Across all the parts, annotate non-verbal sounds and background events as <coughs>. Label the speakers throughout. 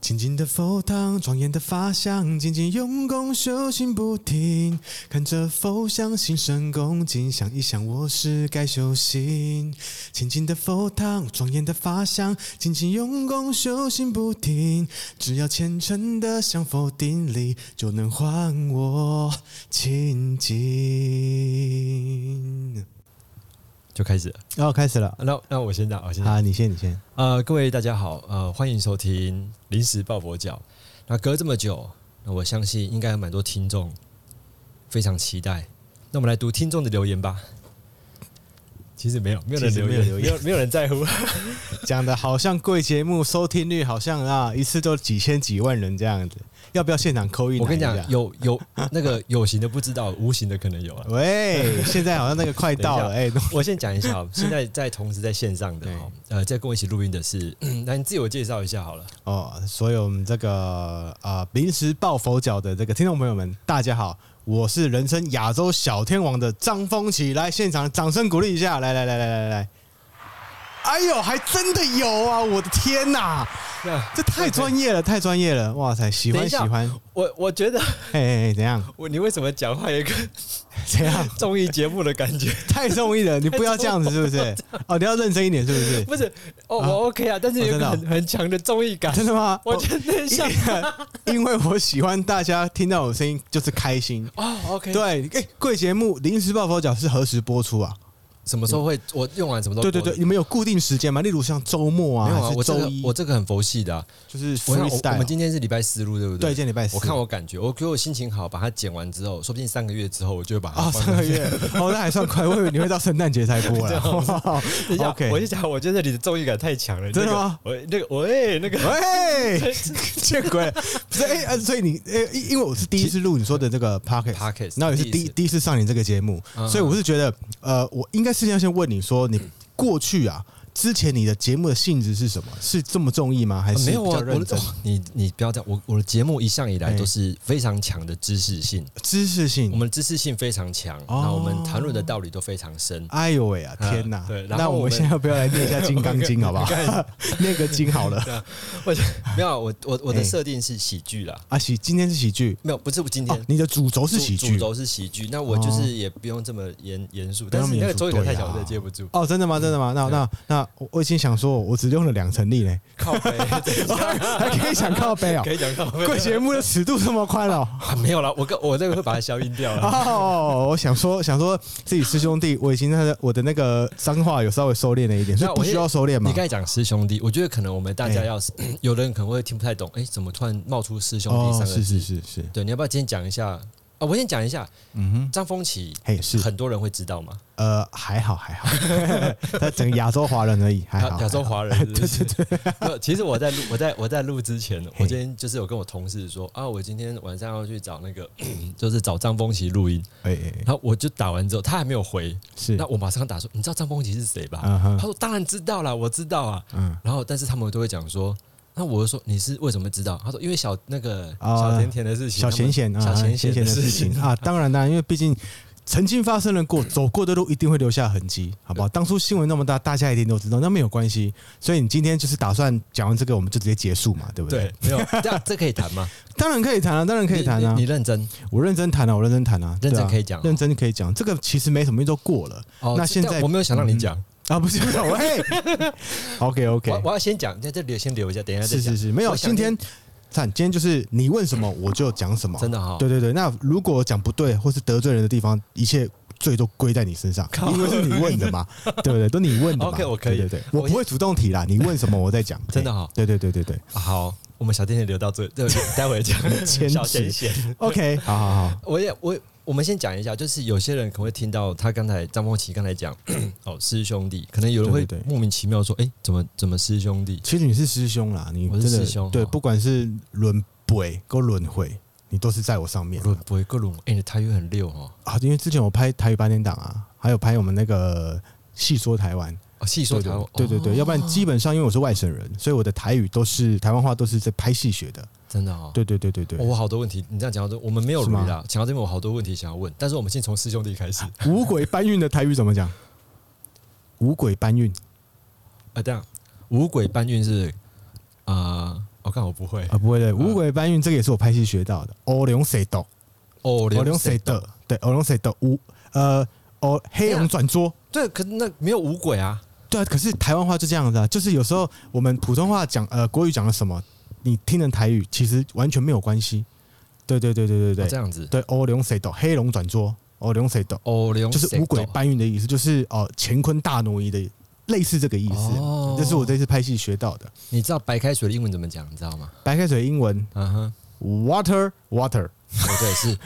Speaker 1: 清净的佛堂，庄严的法相，精进用功修行不停。看着佛像，心生恭敬，想一想我是该修行。清净的佛堂，庄严的法相，精进用功修行不停。只要虔诚的向佛顶礼，就能还我清净。
Speaker 2: 就开始了。
Speaker 1: 然、哦后开始了，
Speaker 2: 那那我先讲，我先讲。
Speaker 1: 啊，你先，你先。
Speaker 2: 呃，各位大家好，呃，欢迎收听临时抱佛脚。那隔这么久，那我相信应该有蛮多听众非常期待。那我们来读听众的留言吧。其实没有，没有人
Speaker 1: 其实
Speaker 2: 留
Speaker 1: 没有留
Speaker 2: 言，没
Speaker 1: 言
Speaker 2: 有没有人
Speaker 1: <laughs>
Speaker 2: 在乎。
Speaker 1: 讲的好像贵节目收听率好像啊，一次都几千几万人这样子，要不要现场扣一？
Speaker 2: 我跟你讲，，有有那个有形的不知道，无形的可能有
Speaker 1: <laughs>
Speaker 2: 啊。
Speaker 1: 喂，现在好像那个快到了，
Speaker 2: <laughs>
Speaker 1: 哎、
Speaker 2: 我先讲一下哦，现在在同时在线上的哦，呃，在跟我一起录音的是， <clears throat> 那你自我介绍一下好了。
Speaker 1: 哦，所有我们这个呃临时抱佛脚的这个听众朋友们，大家好，我是人称亚洲小天王的张风奇，来现场掌声鼓励一下，来来来来来来，哎呦，还真的有啊，我的天哪、
Speaker 2: 那
Speaker 1: 这太专业了，太专业了，哇塞，喜
Speaker 2: 等
Speaker 1: 欢
Speaker 2: 一
Speaker 1: 喜
Speaker 2: 下
Speaker 1: 欢，
Speaker 2: 我我觉得
Speaker 1: 嘿嘿嘿，怎样
Speaker 2: 我你为什么讲话有一个
Speaker 1: 怎样？
Speaker 2: 综艺节目的感觉？
Speaker 1: 太中意了，你不要这样子，是不
Speaker 2: <laughs>
Speaker 1: 是？哦，你要认真一点，是不是？
Speaker 2: 不是，哦，
Speaker 1: 啊
Speaker 2: 我 OK 啊，但是有一
Speaker 1: 真的
Speaker 2: 个
Speaker 1: 哦
Speaker 2: 很很强的综艺感。
Speaker 1: 真的吗？哦
Speaker 2: 我觉得像
Speaker 1: 因因为 <laughs> 我喜欢大家听到我声音就是开心。
Speaker 2: 哦，OK，，
Speaker 1: 对，哎，贵节目临时抱佛脚是何时播出啊？
Speaker 2: 什么时候会我用完什么时候？
Speaker 1: 对对对，，你们有固定时间吗？例如像周末
Speaker 2: 没
Speaker 1: 啊，
Speaker 2: 有
Speaker 1: 还
Speaker 2: 啊，
Speaker 1: 是
Speaker 2: 我这
Speaker 1: 周
Speaker 2: 个
Speaker 1: 一，
Speaker 2: 我这个很佛系的啊。
Speaker 1: 就是
Speaker 2: 我想我我
Speaker 1: freestyle
Speaker 2: 们。今天是礼拜四录，对不
Speaker 1: 对，
Speaker 2: 对？
Speaker 1: 今天礼拜四。
Speaker 2: 我看我感觉，我觉得我心情好，把它剪完之后，说不定三个月之后，我就会把它
Speaker 1: 哦，
Speaker 2: 放
Speaker 1: 上个
Speaker 2: 上去。 <laughs>
Speaker 1: 月哦，那还算快，我以为你会到圣诞节才播了。 <laughs>
Speaker 2: 等一下
Speaker 1: OK
Speaker 2: 啊我就讲，我觉得你的综艺感太强了。
Speaker 1: 真的吗
Speaker 2: 那个？我那个，喂，那个，
Speaker 1: <laughs>
Speaker 2: <laughs>
Speaker 1: 喂，见鬼了！不是哎、啊所以你呃，因因为我是第一次录你说的这个 podcast，
Speaker 2: Podcast，
Speaker 1: 然后也是第
Speaker 2: 第一次
Speaker 1: 第一次上你这个节目，
Speaker 2: 嗯
Speaker 1: 所以我是觉得呃，我应该事先要先问你说，你过去啊，之前你的节目的性质是什么？是这么中意吗？还是
Speaker 2: 没
Speaker 1: 比
Speaker 2: 有啊，
Speaker 1: 较
Speaker 2: 我
Speaker 1: 认
Speaker 2: 的
Speaker 1: 真？
Speaker 2: 哦你你不要这样，我我的节目一向以来
Speaker 1: 哎
Speaker 2: 都是非常强的知识性，
Speaker 1: 知识
Speaker 2: 我
Speaker 1: 性？
Speaker 2: 们的知识性非常强，
Speaker 1: 哦
Speaker 2: 然后我们谈论的道理都非常深。
Speaker 1: 哎呦喂啊！
Speaker 2: 嗯
Speaker 1: 天哪！
Speaker 2: 对然后
Speaker 1: 那我
Speaker 2: 我
Speaker 1: 们
Speaker 2: 们
Speaker 1: 现在要不要来念一下《金刚经》好
Speaker 2: <laughs>
Speaker 1: 不好？ <laughs> 念个经好
Speaker 2: 啊
Speaker 1: 了。
Speaker 2: 我没有，我我我的
Speaker 1: 哎
Speaker 2: 设定是喜剧啦，
Speaker 1: 啊，喜，今天是喜剧
Speaker 2: 没有，不是今
Speaker 1: 哦
Speaker 2: 天，。
Speaker 1: 你的主轴是
Speaker 2: 主
Speaker 1: 喜
Speaker 2: 主
Speaker 1: 剧哦
Speaker 2: 轴是喜剧，那我就是也不用这么严严肃，
Speaker 1: 不用
Speaker 2: 但是你那
Speaker 1: 严
Speaker 2: 个
Speaker 1: 肃
Speaker 2: 周瑜感
Speaker 1: 对
Speaker 2: 太
Speaker 1: 啊
Speaker 2: 小，我真的接不住，
Speaker 1: 哦，真的吗？真的吗？那那那我我已经想说，我只用了两成力嘞。
Speaker 2: 靠
Speaker 1: <laughs>
Speaker 2: 背，
Speaker 1: 还可以想靠
Speaker 2: <laughs>
Speaker 1: 背哦、
Speaker 2: 可以讲靠背，
Speaker 1: 贵节目的尺度这么宽
Speaker 2: <laughs>
Speaker 1: 哦、
Speaker 2: 啊没有了，我跟我这个会把它消音掉了，
Speaker 1: 哦，我想说，想说自己师兄弟，我已经那个我的那个脏话有稍微收敛了一点，所以
Speaker 2: 那
Speaker 1: 不
Speaker 2: 我
Speaker 1: 需要收敛
Speaker 2: 你
Speaker 1: 嘛
Speaker 2: 刚。才讲师兄弟，我觉得可能我们大家
Speaker 1: 哎
Speaker 2: 要是，嗯有的人可能会听不太懂，哎，怎么突然冒出师兄弟
Speaker 1: 哦
Speaker 2: 三，个
Speaker 1: 是
Speaker 2: 字？
Speaker 1: 是是是，
Speaker 2: 对，你要不要今天讲一下？啊，我先讲一下
Speaker 1: 嗯哼，
Speaker 2: 张丰毅，
Speaker 1: 嘿是，
Speaker 2: 很多人会知道嘛，
Speaker 1: 呃，还好还好， <laughs> 他整个亚洲华人而已，还好。
Speaker 2: 亚亚洲
Speaker 1: 还好
Speaker 2: 华人是
Speaker 1: <laughs>
Speaker 2: 不是，对对对。没有其实我在录，我在我在录之前，
Speaker 1: 嘿
Speaker 2: 我今天就是有跟我同事说啊，我今天晚上要去找那个， <clears throat> 就是找张丰琪录音。
Speaker 1: 哎哎哎
Speaker 2: 然后我就打完之后，他还没有回，
Speaker 1: 是
Speaker 2: 那，我啊马上打说，你知道张丰琪是谁吧？
Speaker 1: 嗯哼
Speaker 2: 他说当然知道啦，我知道啊。
Speaker 1: 嗯，
Speaker 2: 然后但是他们都会讲说。那我就说你是为什么知道？他说因为小那个
Speaker 1: 啊
Speaker 2: 小甜甜的事情，
Speaker 1: 小
Speaker 2: 他
Speaker 1: 咸
Speaker 2: 们
Speaker 1: 咸啊，
Speaker 2: 小
Speaker 1: 咸
Speaker 2: 甜
Speaker 1: 咸
Speaker 2: 甜
Speaker 1: 的
Speaker 2: 的
Speaker 1: 事
Speaker 2: 事
Speaker 1: 情
Speaker 2: 情
Speaker 1: 啊，当然啦，因为毕竟。曾经发生了过，走过的路一定会留下痕迹，好不好？当初新闻那么大，大家一定都知道，那没有关系。所以你今天就是打算讲完这个，我们就直接结束嘛，对不对？
Speaker 2: 对，没有这样这可以
Speaker 1: <laughs>
Speaker 2: 谈吗？
Speaker 1: 当然可以谈啊，当然可以谈啊
Speaker 2: 你你，你认真
Speaker 1: 我认真谈啊，我认真谈啊，
Speaker 2: 认
Speaker 1: 对
Speaker 2: 真
Speaker 1: 啊
Speaker 2: 可以讲哦
Speaker 1: 认真可以讲。这个其实没什么，因为都过了
Speaker 2: 哦。
Speaker 1: 那
Speaker 2: 这
Speaker 1: 现在
Speaker 2: 但我没有想让你讲，
Speaker 1: 啊，不是， <laughs> 不是喂，OK
Speaker 2: 我
Speaker 1: OK，
Speaker 2: 我要先讲，在这里先留一下，等一下再
Speaker 1: 是
Speaker 2: 讲。
Speaker 1: 是是，没有，
Speaker 2: 我想
Speaker 1: 今天。看，今天就是你问什么我就讲什么，
Speaker 2: 真的哈、
Speaker 1: 对对对，那如果讲不对或是得罪人的地方，一切罪都归在你身上，因为是你问的
Speaker 2: <laughs>
Speaker 1: 嘛，对不对？都你问的嘛。
Speaker 2: OK，我可以
Speaker 1: 对对对，
Speaker 2: 我
Speaker 1: 我不会主动提啦，你问什么我再讲。
Speaker 2: 真的哈
Speaker 1: 对对对对对
Speaker 2: 啊好，我们小甜甜留到这，这待会 <laughs> 讲
Speaker 1: 坚持
Speaker 2: 小甜甜。 <laughs>
Speaker 1: ，OK，好好好，
Speaker 2: 我也我我们先讲一下，就是有些人可能会听到他刚才张梦琪刚才讲 <clears throat> 哦师兄弟，可能有人会
Speaker 1: 对对对
Speaker 2: 莫名其妙说，哎、怎么怎么师兄弟？
Speaker 1: 其实你是师兄啦，你
Speaker 2: 我
Speaker 1: 真
Speaker 2: 是
Speaker 1: 的
Speaker 2: 师兄
Speaker 1: 对，
Speaker 2: 哦
Speaker 1: 不管是轮回跟轮回，你都是在我上面
Speaker 2: 论不会各种，哎、你的台语很溜哦。
Speaker 1: 啊。因为之前我拍台语八点档啊，还有拍我们那个戏说台湾，
Speaker 2: 哦，细说台湾，
Speaker 1: 对对
Speaker 2: 哦
Speaker 1: 对，要不然基本上因为我是外省人，所以我的台语都是台湾话，都是在拍戏学的。
Speaker 2: 真的哦。
Speaker 1: 对对对对对
Speaker 2: 哦，，我好多问题，你这样讲到这，我们没有
Speaker 1: 是吗
Speaker 2: 捋啦。讲到这边，我好多问题想要问，但是我们先从师兄弟开始。
Speaker 1: 五鬼搬运的台语怎么讲？五鬼搬运
Speaker 2: 啊，这样五鬼搬运是啊、呃我、看我不会。
Speaker 1: 啊，不会的，五鬼搬运这个也是我拍戏学到的。欧龙谁斗，
Speaker 2: 哦，
Speaker 1: 欧龙
Speaker 2: 龙
Speaker 1: 谁斗，对，欧龙谁斗五呃，哦黑龙转桌，
Speaker 2: 对，可是那没有五鬼啊。
Speaker 1: 对啊，可是台湾话就这样子啊，就是有时候我们普通话讲呃国语讲了什么，你听成台语其实完全没有关系。对对对对对
Speaker 2: 哦这
Speaker 1: 对，
Speaker 2: 样子。
Speaker 1: 对欧龙谁斗，黑龙转桌，欧龙谁斗，
Speaker 2: 哦，龙
Speaker 1: 就是五鬼搬运的意思，就是哦乾坤大挪移的类似这个意思。
Speaker 2: 哦
Speaker 1: 这是我这次拍戏学到的。
Speaker 2: 你知道白开水的英文怎么讲？你知道吗？
Speaker 1: 白开水英文
Speaker 2: 嗯哼，
Speaker 1: water water
Speaker 2: 哦
Speaker 1: <laughs>
Speaker 2: 对，是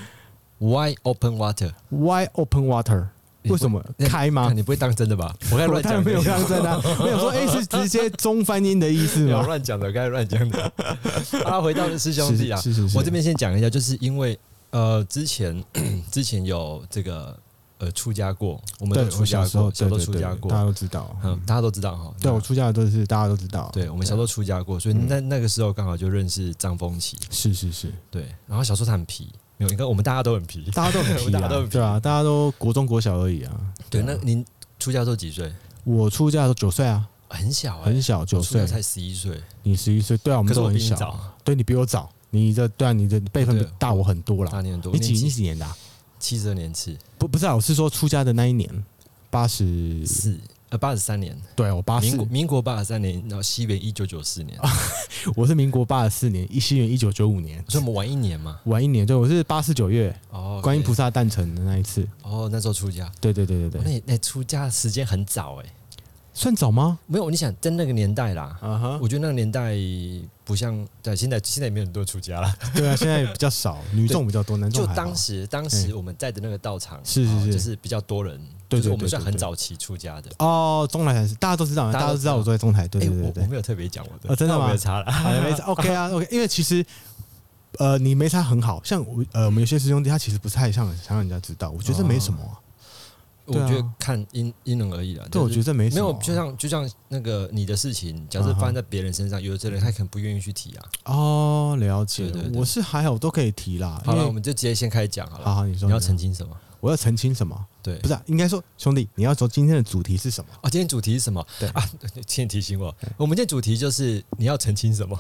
Speaker 2: wide open water。
Speaker 1: why open water
Speaker 2: 你不
Speaker 1: 为什么
Speaker 2: 那
Speaker 1: 开吗
Speaker 2: 看？你不会当真的吧？我刚才
Speaker 1: 我
Speaker 2: 乱
Speaker 1: 当
Speaker 2: 讲
Speaker 1: 然啊
Speaker 2: 的，
Speaker 1: 没有当真啊，
Speaker 2: <laughs>
Speaker 1: 我想说，哎、是直接中翻音的意思
Speaker 2: 没有
Speaker 1: 吗？
Speaker 2: 乱讲的，我刚才乱讲
Speaker 1: <laughs>
Speaker 2: 的。啊，回到师兄弟啊，
Speaker 1: 是是是是
Speaker 2: 我这边先讲一下，就是因为呃，之前 <clears throat> 之前有这个呃出家过，我们
Speaker 1: 对我
Speaker 2: 都，出
Speaker 1: 小
Speaker 2: 家
Speaker 1: 时候
Speaker 2: 过，小
Speaker 1: 对
Speaker 2: 时候
Speaker 1: 对
Speaker 2: 出
Speaker 1: 对
Speaker 2: 家，过
Speaker 1: 大，家都知道。
Speaker 2: 嗯，大家都知道哈。
Speaker 1: 对
Speaker 2: 那
Speaker 1: 我出嗯家的都是大家都知道。
Speaker 2: 对我们小时候出家过，所以那那个时候刚好就认识张丰琪，
Speaker 1: 是是是，
Speaker 2: 对，然后小时候他很皮，没有，你看我们大家都很皮，
Speaker 1: 大家都很皮
Speaker 2: <laughs> 大家
Speaker 1: 啊
Speaker 2: 都很，皮
Speaker 1: 对啊，大家都国中国小而已啊。
Speaker 2: 对，
Speaker 1: 啊
Speaker 2: 那您出家的时候几岁？
Speaker 1: 我出家的时候九岁啊，
Speaker 2: 很小、欸，
Speaker 1: 很小，九
Speaker 2: 我出家
Speaker 1: 岁，
Speaker 2: 才十一岁，
Speaker 1: 你十一岁，对啊，我
Speaker 2: 可
Speaker 1: 们
Speaker 2: 是
Speaker 1: 都
Speaker 2: 我比
Speaker 1: 很
Speaker 2: 你
Speaker 1: 小，
Speaker 2: 早，
Speaker 1: 对你比我早，你的对啊，你的辈分
Speaker 2: 对
Speaker 1: 大我很多啦
Speaker 2: 大。你很多，
Speaker 1: 你几
Speaker 2: 我
Speaker 1: 你
Speaker 2: 念七
Speaker 1: 几年的啊？
Speaker 2: 七十二年次，
Speaker 1: 不不是啊，我是说出家的那一年，八十，
Speaker 2: 四呃八十三年，
Speaker 1: 对我八
Speaker 2: 民
Speaker 1: 四
Speaker 2: 国，民国八十三年，然后西元一九九四年，
Speaker 1: 啊我是民国八十四年，一西元一九九五年，
Speaker 2: 所以我们晚一年嘛。
Speaker 1: 晚一年，对我是八四九月
Speaker 2: 哦，
Speaker 1: 观音菩
Speaker 2: 萨，
Speaker 1: 萨诞辰的那一次，
Speaker 2: 哦，那时候出家，
Speaker 1: 对对对对
Speaker 2: 哦
Speaker 1: 对，
Speaker 2: 那那出家的时间很早哎，
Speaker 1: 算早吗？
Speaker 2: 没有，你想在那个年代啦。
Speaker 1: 啊哈，
Speaker 2: 我觉得那个年代不像对，现在现在也没有很多出家啦。
Speaker 1: 对啊，现在比较
Speaker 2: <laughs>
Speaker 1: 少，女众比较多，男众
Speaker 2: 就
Speaker 1: 还好哎
Speaker 2: 当时当时我们在的那个道场，
Speaker 1: 是是
Speaker 2: 哦
Speaker 1: 是
Speaker 2: 就是比较多人，
Speaker 1: 对对
Speaker 2: 就是我们
Speaker 1: 对
Speaker 2: 算
Speaker 1: 对
Speaker 2: 很
Speaker 1: 对
Speaker 2: 早期出家的。
Speaker 1: 哦，中台还是大家都知道，
Speaker 2: 大
Speaker 1: 大
Speaker 2: 家
Speaker 1: 家
Speaker 2: 都
Speaker 1: 都
Speaker 2: 知
Speaker 1: 知
Speaker 2: 道
Speaker 1: 道我住在中台，对
Speaker 2: 哎，
Speaker 1: 对对
Speaker 2: 我我
Speaker 1: 对
Speaker 2: 没有特别讲我的，
Speaker 1: 哦真的
Speaker 2: 那我
Speaker 1: 吗
Speaker 2: 没差啦。
Speaker 1: 好像没
Speaker 2: <laughs>
Speaker 1: 差 OK 啊 OK，因为其实呃你没差很好，像我呃我们有些师兄弟他其实不太想想让人家知道，我觉得这没什么
Speaker 2: 哦
Speaker 1: 啊，
Speaker 2: 我
Speaker 1: 对啊
Speaker 2: 觉得看因因人而异啦。
Speaker 1: 对，我
Speaker 2: 就是
Speaker 1: 觉得这没什
Speaker 2: 没
Speaker 1: 么啊，
Speaker 2: 有，就像就像那个你的事情，假设
Speaker 1: 嗯哼
Speaker 2: 发生在别人身上，有的人他可能不愿意去提啊。
Speaker 1: 哦了解
Speaker 2: 对对，对
Speaker 1: 我是还好，我都可以提啦，
Speaker 2: 好
Speaker 1: 因
Speaker 2: 了，
Speaker 1: 为
Speaker 2: 我们就直接先开始讲好
Speaker 1: 嗯好
Speaker 2: 了。
Speaker 1: 好你说
Speaker 2: 你要
Speaker 1: 你说
Speaker 2: 澄清什么？
Speaker 1: 我要澄清什么？
Speaker 2: 对，
Speaker 1: 不
Speaker 2: 是
Speaker 1: 是啊，应该说兄弟，你要说今天的主题是什么？
Speaker 2: <laughs> 啊，今天主题是什么？
Speaker 1: 对
Speaker 2: 啊，请你提醒我，我们今天主题就是你要澄清什么？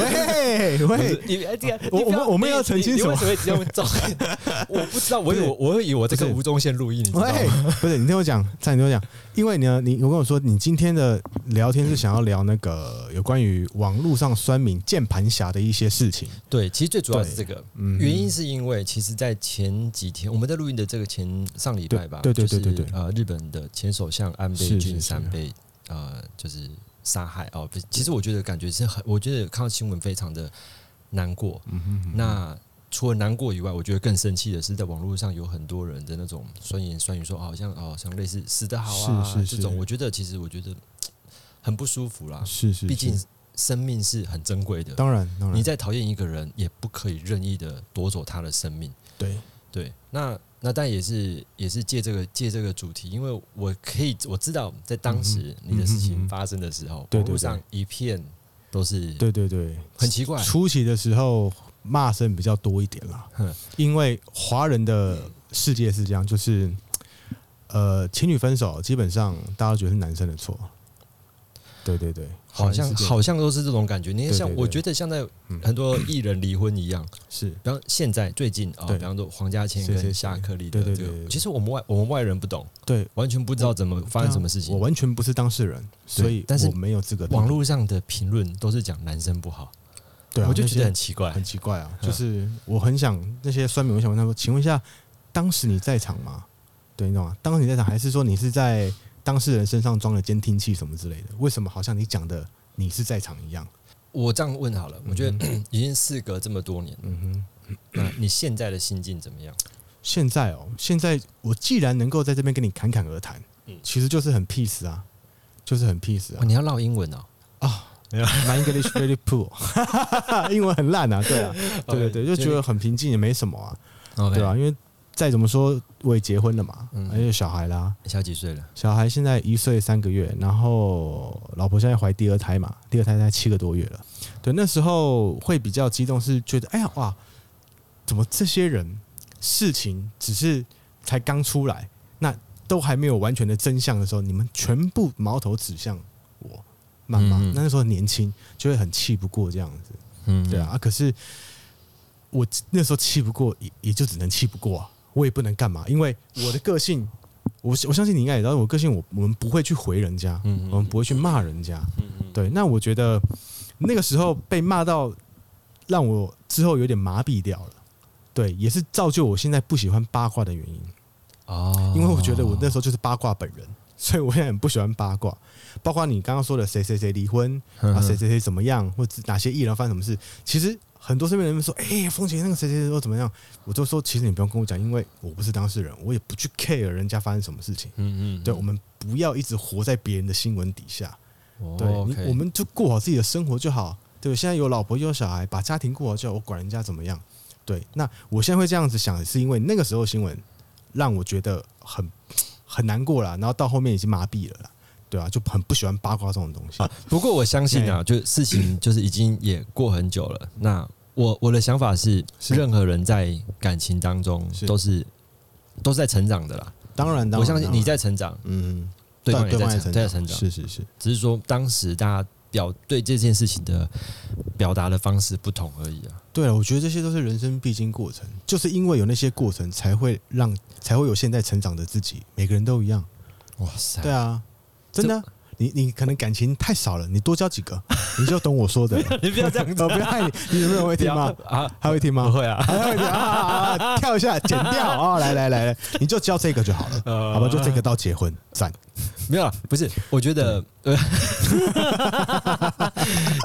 Speaker 1: 喂
Speaker 2: 不是
Speaker 1: 喂，
Speaker 2: 你哎这个，
Speaker 1: 我
Speaker 2: 你不要
Speaker 1: 我们我们
Speaker 2: 你
Speaker 1: 要澄清
Speaker 2: 你
Speaker 1: 什么
Speaker 2: 你为什么会这样照？
Speaker 1: <laughs>
Speaker 2: 我不知道，我以
Speaker 1: 不
Speaker 2: 为
Speaker 1: 是
Speaker 2: 我会以为我这个
Speaker 1: 不是
Speaker 2: 无中线录音，你知道吗？
Speaker 1: 喂，不是你听我讲，差点听我讲，因为呢，你我跟我说，你今天的聊天是想要聊那个有关于网络上酸民键盘侠的一些事情，
Speaker 2: 对，其实最主要是这个，
Speaker 1: 嗯，
Speaker 2: 原因是因为其实，在前几天我们在录音的这个前上礼拜吧，
Speaker 1: 对对
Speaker 2: 就是
Speaker 1: 对对对
Speaker 2: 呃，日本的前首相安倍
Speaker 1: 是是
Speaker 2: 晋三
Speaker 1: 是
Speaker 2: 被呃就是杀害哦，不是其实我觉得感觉是很，我觉得看到新闻非常的难过。
Speaker 1: 嗯哼哼
Speaker 2: 那除了难过以外，我觉得更生气的是，在网络上有很多人的那种酸言酸语说，哦好像哦，好像类似死得好啊
Speaker 1: 是是是
Speaker 2: 这种，我觉得其实我觉得嘖很不舒服啦。
Speaker 1: 是是，
Speaker 2: 毕
Speaker 1: 是
Speaker 2: 竟生命是很珍贵的，
Speaker 1: 当然当然，
Speaker 2: 你在讨厌一个人，也不可以任意的夺走他的生命。
Speaker 1: 对
Speaker 2: 对，那那但也是也是借这个借这个主题，因为我可以我知道在当时
Speaker 1: 嗯哼
Speaker 2: 你的事
Speaker 1: 嗯哼
Speaker 2: 情
Speaker 1: 嗯
Speaker 2: 发生的时候，
Speaker 1: 对
Speaker 2: 网络
Speaker 1: 对对
Speaker 2: 上一片都是
Speaker 1: 对对对，
Speaker 2: 很奇怪，
Speaker 1: 初期的时候骂声比较多一点啦
Speaker 2: 哼，
Speaker 1: 因为华人的世界是这样，就是呃，情侣分手基本上大家都觉得是男生的错，对对对，
Speaker 2: 好
Speaker 1: 华
Speaker 2: 像
Speaker 1: 人世界
Speaker 2: 好像都是这种感觉。你看，
Speaker 1: 对
Speaker 2: 像
Speaker 1: 对
Speaker 2: 我
Speaker 1: 对
Speaker 2: 觉得像在
Speaker 1: 嗯
Speaker 2: 很多艺人离婚一样，
Speaker 1: 是
Speaker 2: 比方现在最近啊，
Speaker 1: 对
Speaker 2: 比方说黄家千
Speaker 1: 是是
Speaker 2: 跟
Speaker 1: 是
Speaker 2: 夏克立
Speaker 1: 对
Speaker 2: 的
Speaker 1: 对
Speaker 2: 这
Speaker 1: 对对
Speaker 2: 个，
Speaker 1: 对
Speaker 2: 其实我们外我们外人不懂，
Speaker 1: 对。
Speaker 2: 完全不知道怎么发生什么事
Speaker 1: 我
Speaker 2: 情。
Speaker 1: 完全不是当事人，所以
Speaker 2: 但是
Speaker 1: 我没有资格批评。
Speaker 2: 网络上的评论都是讲男生不好，
Speaker 1: 对啊，
Speaker 2: 我就觉得
Speaker 1: 那
Speaker 2: 很
Speaker 1: 些
Speaker 2: 奇怪
Speaker 1: 很。奇怪啊，
Speaker 2: 嗯
Speaker 1: 就是我很想那些酸民，我想问他说，请问一下，当时你在场吗？对，你懂吗？当时你在场，还是说你是在当事人身上装了监听器什么之类的？为什么好像你讲的你是在场一样？
Speaker 2: 我这样问好了，我觉得 <clears throat> 已经事隔这么多年，
Speaker 1: 嗯哼，
Speaker 2: 那你现在的心境怎么样？
Speaker 1: 现在哦，现在我既然能够在这边跟你侃侃而谈，
Speaker 2: 嗯
Speaker 1: 其实就是很 peace 啊，就是很 peace 啊
Speaker 2: 哦，。你要唠英文哦。
Speaker 1: My English really poor，英文很烂啊，对
Speaker 2: <laughs>
Speaker 1: 啊，对对对，就觉得很平静，也没什么啊，对
Speaker 2: 哦对
Speaker 1: 啊，
Speaker 2: 啊，
Speaker 1: 因为再怎么说我也结婚了嘛，
Speaker 2: 嗯
Speaker 1: 而且有小孩啦，
Speaker 2: 小几岁了？
Speaker 1: 小孩现在一岁三个月，然后老婆现在怀第二胎嘛，第二胎才七个多月了。对，那时候会比较激动，是觉得哎呀哇，怎么这些人事情只是才刚出来，那都还没有完全的真相的时候，你们全部矛头指向我，谩骂，
Speaker 2: 嗯嗯
Speaker 1: 那时候很年轻，就会很气不过这样子。
Speaker 2: 嗯，
Speaker 1: 对啊，，啊可是我那时候气不过，也也就只能气不过啊，我也不能干嘛，因为我的个性，我我相信你应该也知道，我个性我我们不会去回人家，
Speaker 2: 嗯
Speaker 1: 我们不会去骂人家，
Speaker 2: 嗯
Speaker 1: 对。那我觉得那个时候被骂到，让我之后有点麻痹掉了。对，也是造就我现在不喜欢八卦的原因，
Speaker 2: 哦
Speaker 1: 因为
Speaker 2: <laughs>
Speaker 1: 我觉得我那时候就是八卦本人，所以我现在很不喜欢八卦，包括你刚刚说的谁谁谁离婚，
Speaker 2: 嗯
Speaker 1: 啊，谁谁谁怎么样，或者哪些艺人发生什么事，其实很多身边人说，哎、风姐那个谁谁谁说怎么样，我就说其实你不用跟我讲，因为我不是当事人，我也不去 care 人家发生什么事情。
Speaker 2: 嗯嗯，
Speaker 1: 对，我们不要一直活在别人的新闻底下，
Speaker 2: 哦
Speaker 1: 对、你
Speaker 2: OK
Speaker 1: 我们就过好自己的生活就好。对，现在有老婆又有小孩，把家庭过好就好，我管人家怎么样。对，那我现在会这样子想，是因为那个时候新闻让我觉得很很难过了，然后到后面已经麻痹了啦，对啊，就很不喜欢八卦这种东西。
Speaker 2: 不过我相信啊，就事情就是已经也过很久了。那我我的想法是，
Speaker 1: 是
Speaker 2: 任何人在感情当中
Speaker 1: 是
Speaker 2: 都是都是在成长的啦。
Speaker 1: 当然，当然
Speaker 2: 我相信
Speaker 1: 当
Speaker 2: 你
Speaker 1: 然
Speaker 2: 在成长，
Speaker 1: 嗯，
Speaker 2: 对方也
Speaker 1: 对
Speaker 2: 在
Speaker 1: 也
Speaker 2: 成在成长，
Speaker 1: 是是是，
Speaker 2: 只是说当时大家表对这件事情的表达的方式不同而已啊。
Speaker 1: 对了，我觉得这些都是人生必经过程，就是因为有那些过程，才会让才会有现在成长的自己。每个人都一样，
Speaker 2: 哇塞，
Speaker 1: 对啊，真的啊。你你可能感情太少了，你多交几
Speaker 2: <laughs>
Speaker 1: 个，你就懂我说的了。
Speaker 2: <laughs> 你不要这样子
Speaker 1: 我 <laughs> 不要害你，你有没有会听吗？
Speaker 2: 啊，
Speaker 1: 还会听 <laughs> 吗？
Speaker 2: 不会啊，
Speaker 1: 还会听啊啊！
Speaker 2: <laughs>
Speaker 1: 啊啊跳一下，剪掉哦！来来来来，你就交这个就好
Speaker 2: <laughs>
Speaker 1: 了，
Speaker 2: 呃
Speaker 1: 好吧？就这个到结婚，赞。
Speaker 2: 没有啦，不是，我
Speaker 1: <laughs>
Speaker 2: 觉得，呃，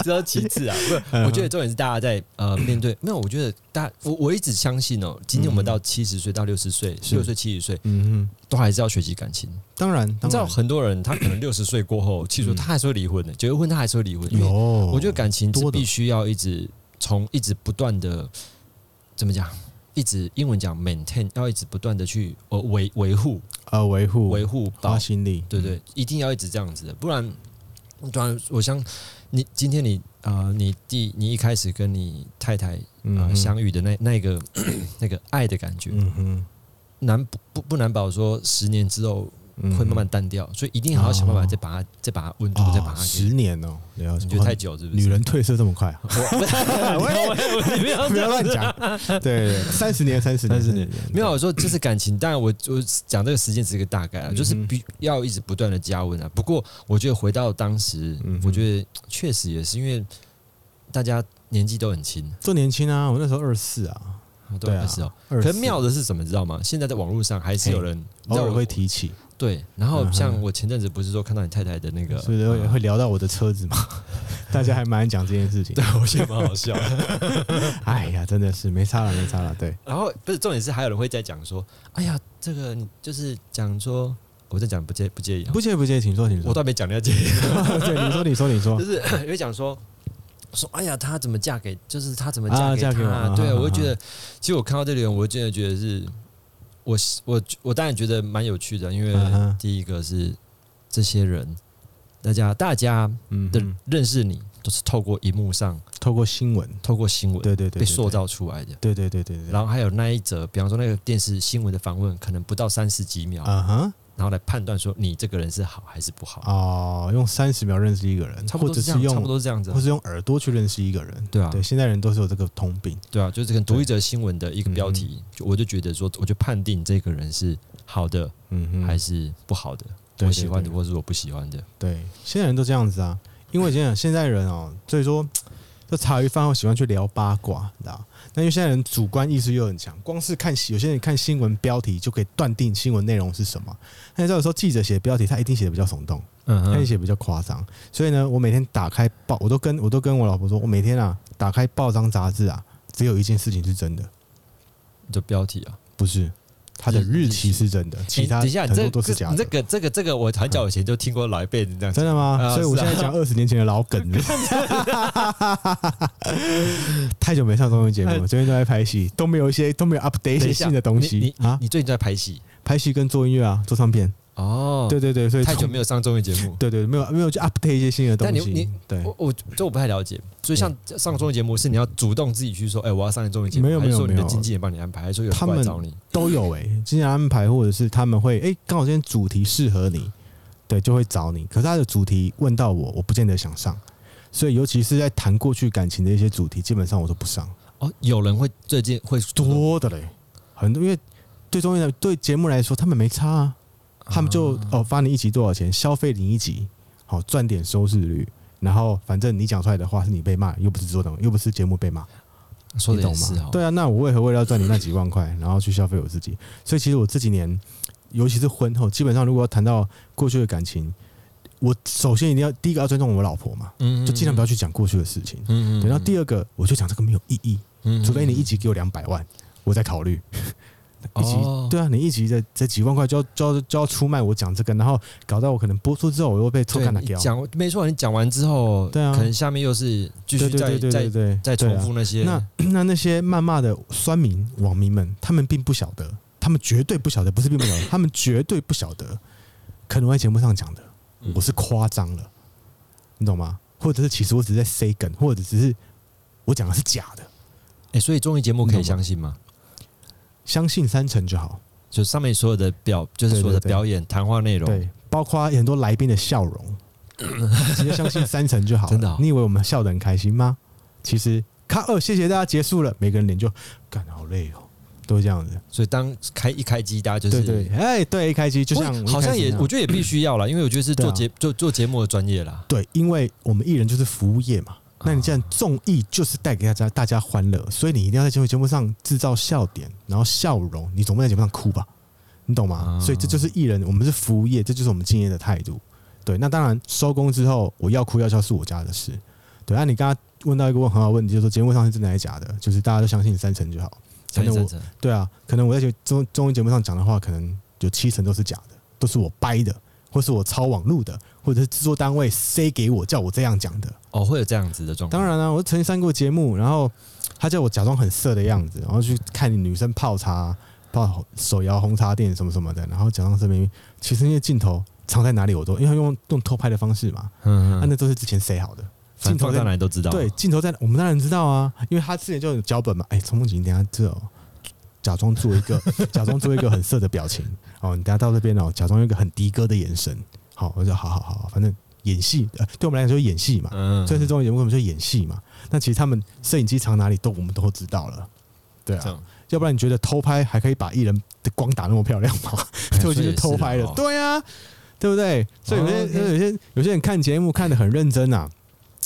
Speaker 2: 这都其次啊，不是，
Speaker 1: 嗯
Speaker 2: 我觉得重点是大家在呃面对，没有，我觉得大家，我我一直相信哦，今天我们到七十岁到六十岁，
Speaker 1: 嗯是
Speaker 2: 六岁七十岁
Speaker 1: 嗯哼，
Speaker 2: 都还是要学习感情。
Speaker 1: 当然，
Speaker 2: 你
Speaker 1: 当
Speaker 2: 知道
Speaker 1: 然
Speaker 2: 很多人他可能六十岁过后，七十岁他还是会离婚的，结了婚他还是会离婚。因为
Speaker 1: 有，我
Speaker 2: 我觉得感情是
Speaker 1: 哦多的
Speaker 2: 必须要一直从一直不断的怎么讲，一直英文讲 maintain，要一直不断的去呃维维护
Speaker 1: 呃维护
Speaker 2: 维护保
Speaker 1: 花心力，
Speaker 2: 对对，一定要一直这样子的，不然，不然我想你今天你呃，你第你一开始跟你太太呃、
Speaker 1: 嗯哼
Speaker 2: 相遇的那那个 <clears throat> 那个爱的感觉，
Speaker 1: 嗯哼，
Speaker 2: 难不不不难保说十年之后
Speaker 1: 嗯
Speaker 2: 会慢慢淡掉，所以一定好好想办法再把它、再把它温度、
Speaker 1: 哦
Speaker 2: 再把它
Speaker 1: 十
Speaker 2: 给。
Speaker 1: 年哦，了解
Speaker 2: 你觉得太久是不是？
Speaker 1: 女人褪色这么快 <laughs>
Speaker 2: <laughs>
Speaker 1: 啊，
Speaker 2: 我，我我你不要
Speaker 1: 不
Speaker 2: 这
Speaker 1: 要
Speaker 2: 样
Speaker 1: 乱
Speaker 2: 子 <laughs>
Speaker 1: 讲。对对，对三十年，三十年，
Speaker 2: 30年
Speaker 1: 30
Speaker 2: 没有，我说这是感情，当然我我讲这个时间只是个大概啊，就是
Speaker 1: 嗯哼
Speaker 2: 必要一直不断的加温啊。不过我觉得回到当时，
Speaker 1: 嗯哼
Speaker 2: 我觉得确实也是因为大家年纪都很轻，
Speaker 1: 都年轻啊，我那时候二四啊，
Speaker 2: 都
Speaker 1: 对啊
Speaker 2: 二十哦。
Speaker 1: 二
Speaker 2: 可
Speaker 1: 十
Speaker 2: 是妙的是什么，你知道吗？现在在网络上还是有人，你
Speaker 1: 偶
Speaker 2: 知道
Speaker 1: 尔
Speaker 2: 我
Speaker 1: 会提起，
Speaker 2: 对。然后
Speaker 1: 嗯
Speaker 2: 像
Speaker 1: 哼
Speaker 2: 我前阵子不是说看到你太太的那个，
Speaker 1: 所以会
Speaker 2: 呃
Speaker 1: 会聊到我的车
Speaker 2: <laughs>
Speaker 1: 子嘛，大家还蛮爱讲这件事情
Speaker 2: 对。，我觉得蛮好笑。
Speaker 1: 哎呀，真的是没差了，没差了，对，
Speaker 2: <laughs> 然后不是重点是还有人会在讲说，哎呀，这个你就是讲说，我在讲不介不介意啊，
Speaker 1: 不介意不介意，请说，请
Speaker 2: 我
Speaker 1: 说，
Speaker 2: 倒没讲人家介
Speaker 1: <laughs>
Speaker 2: 意。
Speaker 1: 对，你说，你说，你说
Speaker 2: 就，是 <coughs> 有会讲说说，哎呀，她怎么嫁给，就是她怎么
Speaker 1: 啊
Speaker 2: 嫁给
Speaker 1: 嫁给
Speaker 2: 他、
Speaker 1: 我啊
Speaker 2: 对，
Speaker 1: 啊
Speaker 2: 我
Speaker 1: 啊
Speaker 2: 就觉得，其实我看到这里，我真的觉得是，我我我当然觉得蛮有趣的，因为
Speaker 1: 嗯哼
Speaker 2: 第一个是这些人，大家大家
Speaker 1: 嗯
Speaker 2: 的
Speaker 1: 哼，
Speaker 2: 认识你都是透过荧幕上，
Speaker 1: 透过新闻，
Speaker 2: 透过新闻
Speaker 1: 对对对，
Speaker 2: 被塑
Speaker 1: 对，
Speaker 2: 造出来的。
Speaker 1: 对对对对对，
Speaker 2: 然后还有那一则，比方说那个电视新闻的访问，可能不到三十几秒，
Speaker 1: 啊哈，
Speaker 2: 然后来判断说你这个人是好还是不好，
Speaker 1: 哦，用三十秒认识一个人，
Speaker 2: 差
Speaker 1: 或
Speaker 2: 不多
Speaker 1: 者
Speaker 2: 是这
Speaker 1: 是
Speaker 2: 样，差不
Speaker 1: 用，
Speaker 2: 多是这样子啊、
Speaker 1: 或是用耳朵去认识一个人，
Speaker 2: 对啊，
Speaker 1: 对，现在人都是有这个通病。
Speaker 2: 对啊，就是可能读一则新闻的一个标
Speaker 1: 嗯
Speaker 2: 题，就我就觉得说，我就判定这个人是好的
Speaker 1: 嗯哼，
Speaker 2: 还是不好的，
Speaker 1: 对
Speaker 2: 我喜欢的
Speaker 1: 对
Speaker 2: 或是我不喜欢的。
Speaker 1: 对，现在人都这样子啊，因为现在现在人哦，所以说这茶余饭后喜欢去聊八卦，你知道？那因为现在人主观意识又很强，光是看有些人看新闻标题就可以断定新闻内容是什么。那你知道有时候记者写标题，他一定写的比较耸动，
Speaker 2: 嗯
Speaker 1: 他也
Speaker 2: 哼，
Speaker 1: 写得比较夸张。所以呢，我每天打开报，我都跟我都跟我老婆说，我每天啊打开报章杂志啊，只有一件事情是真的，
Speaker 2: 这标题啊，
Speaker 1: 不是它的日期是真的，其他
Speaker 2: 哎诶等一下，
Speaker 1: 很
Speaker 2: 你这
Speaker 1: 多都是
Speaker 2: 这
Speaker 1: 假
Speaker 2: 你
Speaker 1: 的
Speaker 2: 这。个这个这个，我很久以前就听过老一辈人这样
Speaker 1: 真的
Speaker 2: 讲。
Speaker 1: 吗？
Speaker 2: 啊
Speaker 1: 所以我现在讲二十年前的老梗了，
Speaker 2: <laughs>
Speaker 1: <laughs> 太久没上综艺节目了，最近都在拍戏，都没有一些都没有 update 一
Speaker 2: 哎等
Speaker 1: 些
Speaker 2: 一下
Speaker 1: 新的东
Speaker 2: 你
Speaker 1: 西
Speaker 2: 你
Speaker 1: 啊。
Speaker 2: 你最近在拍戏
Speaker 1: 拍戏跟做音乐啊，做唱片，
Speaker 2: 哦？
Speaker 1: 对，对对，所以
Speaker 2: 太久没有上综艺节目。
Speaker 1: 对对没有没有去 update 一些新的东
Speaker 2: 但你
Speaker 1: 西
Speaker 2: 你，
Speaker 1: 对，
Speaker 2: 我我这我不太了解，所以像上综艺节目是你要主动自己去说，哎，我要上综艺节目，
Speaker 1: 没有
Speaker 2: 还是说
Speaker 1: 没
Speaker 2: 你
Speaker 1: 有没
Speaker 2: 的
Speaker 1: 有
Speaker 2: 经纪人帮你安排，还是说有人
Speaker 1: 他
Speaker 2: 过来
Speaker 1: 们
Speaker 2: 找你？
Speaker 1: 欸嗯都有哎，今天安排或者是他们会哎，刚好今天主题适合你，对，就会找你。可是他的主题问到我，我不见得想上，所以尤其是在谈过去感情的一些主题，基本上我都不上。
Speaker 2: 哦，有人会最近会主动
Speaker 1: 多的嘞，很多，因为对综艺来对节目来说，他们没差啊，他们就、哦发你一集多少钱，消费你一集，好、赚点收视率，然后反正你讲出来的话是你被骂，又不是做的，又不是节目被骂，
Speaker 2: 说
Speaker 1: 你
Speaker 2: 的
Speaker 1: 懂
Speaker 2: 也是哦
Speaker 1: 吗
Speaker 2: 哈？？
Speaker 1: 对啊，那我为何为了要赚你那几万块，然后去消费我自己？所以其实我这几年，尤其是婚后，基本上如果要谈到过去的感情，我首先一定要第一个要尊重我老婆嘛，
Speaker 2: 嗯，嗯
Speaker 1: 就尽量不要去讲过去的事情。
Speaker 2: 嗯
Speaker 1: 对，然后第二个，我就讲这个没有意义，
Speaker 2: 嗯
Speaker 1: 除非你一集给我两百万，我再考虑。一集、
Speaker 2: 哦
Speaker 1: 对啊，你一集的这几万块就要就要就要出卖我讲这个，然后搞到我可能播出之后我又被错
Speaker 2: 对
Speaker 1: 看了
Speaker 2: 你
Speaker 1: 掉。
Speaker 2: 讲没错，你讲完之后，
Speaker 1: 对啊
Speaker 2: 可能下面又是继续
Speaker 1: 对对
Speaker 2: 再
Speaker 1: 对对对
Speaker 2: 再
Speaker 1: 对，
Speaker 2: 再
Speaker 1: 对
Speaker 2: 重
Speaker 1: 啊
Speaker 2: 复那些。
Speaker 1: 那 <clears throat> 那那些谩骂的酸民网民们，他们并不晓得，他们绝对不晓得，不是并不晓得，他们绝对不晓得，可能我在节目上讲的
Speaker 2: 嗯，
Speaker 1: 我是夸张了，你懂吗？或者是其实我只是在 say 梗，或者只是我讲的是假的，
Speaker 2: 哎，所以综艺节目可以
Speaker 1: 你懂
Speaker 2: 相信吗？
Speaker 1: 相信三成就好。
Speaker 2: 就上面所有的表，就是
Speaker 1: 对
Speaker 2: 所有的
Speaker 1: 对对
Speaker 2: 表演、谈话内容，
Speaker 1: 对，包括很多来宾的笑容，直接相信三成就好了。
Speaker 2: <laughs> 真的哦
Speaker 1: 你以为我们笑得很开心吗？其实，卡二，谢谢大家，结束了，每个人脸就干好累哦，都是这样子。
Speaker 2: 所以当开一开机，大家就是
Speaker 1: 对对，哎，对，一开机就
Speaker 2: 不
Speaker 1: 像
Speaker 2: 好像也，我
Speaker 1: 就
Speaker 2: 觉得也必须要啦，因为我觉得是
Speaker 1: 对
Speaker 2: 做
Speaker 1: 啊
Speaker 2: 节做做节目的专业啦。
Speaker 1: 对，因为我们艺人就是服务业嘛。那你既然综艺就是带给大家大家欢乐，所以你一定要在节目节目上制造笑点，然后笑容，你总不能在节目上哭吧？你懂吗？
Speaker 2: 啊
Speaker 1: 所以这就是艺人，我们是服务业，这就是我们敬业的态度。对，那当然收工之后我要哭要笑是我家的事。对，那、你刚刚问到一个问很好的问题，就是说节目上是真的还是假的？就是大家都相信三成就好。反
Speaker 2: 三
Speaker 1: 正
Speaker 2: 三
Speaker 1: 我
Speaker 2: 成，
Speaker 1: 对啊，可能我在节综综艺节目上讲的话，可能有七成都是假的，都是我掰的，或是我抄网路的，或者是制作单位塞给我叫我这样讲的。
Speaker 2: 哦，会有这样子的状况。
Speaker 1: 当然啦、啊我曾经上过节目，然后他叫我假装很色的样子，然后去看女生泡茶、泡手摇红茶店什么什么的，然后假装是明明，其实那些镜头藏在哪里我都，因为他用用偷拍的方式嘛，
Speaker 2: 嗯，
Speaker 1: 啊那、
Speaker 2: 嗯，
Speaker 1: 那都是之前塞好的。
Speaker 2: 反
Speaker 1: 镜
Speaker 2: 正
Speaker 1: 头
Speaker 2: 放
Speaker 1: 在
Speaker 2: 到哪里都知道。
Speaker 1: 对，镜头在我们当然知道啊，因为他之前就有脚本嘛。哎、陈梦景，你等一下这、哦、假装做一个 <laughs> 假装做一个很色的表情哦，你等一下到这边哦，假装用一个很的哥的眼神。好，我就好好好好，反正演戏，呃，对我们来说演戏嘛，
Speaker 2: 嗯，
Speaker 1: 这次综艺节目我们就演戏嘛。那其实他们摄影机藏哪里都我们都知道了，对
Speaker 2: 这
Speaker 1: 啊。
Speaker 2: 样，
Speaker 1: 要不然你觉得偷拍还可以把艺人的光打那么漂亮吗？ <laughs> 就
Speaker 2: 哎所以
Speaker 1: 是
Speaker 2: 也
Speaker 1: 偷拍
Speaker 2: 是
Speaker 1: 了
Speaker 2: 哦，
Speaker 1: 对啊，对不对？所以有些、
Speaker 2: 哦，OK
Speaker 1: 有些有些人看节目看得很认真啊。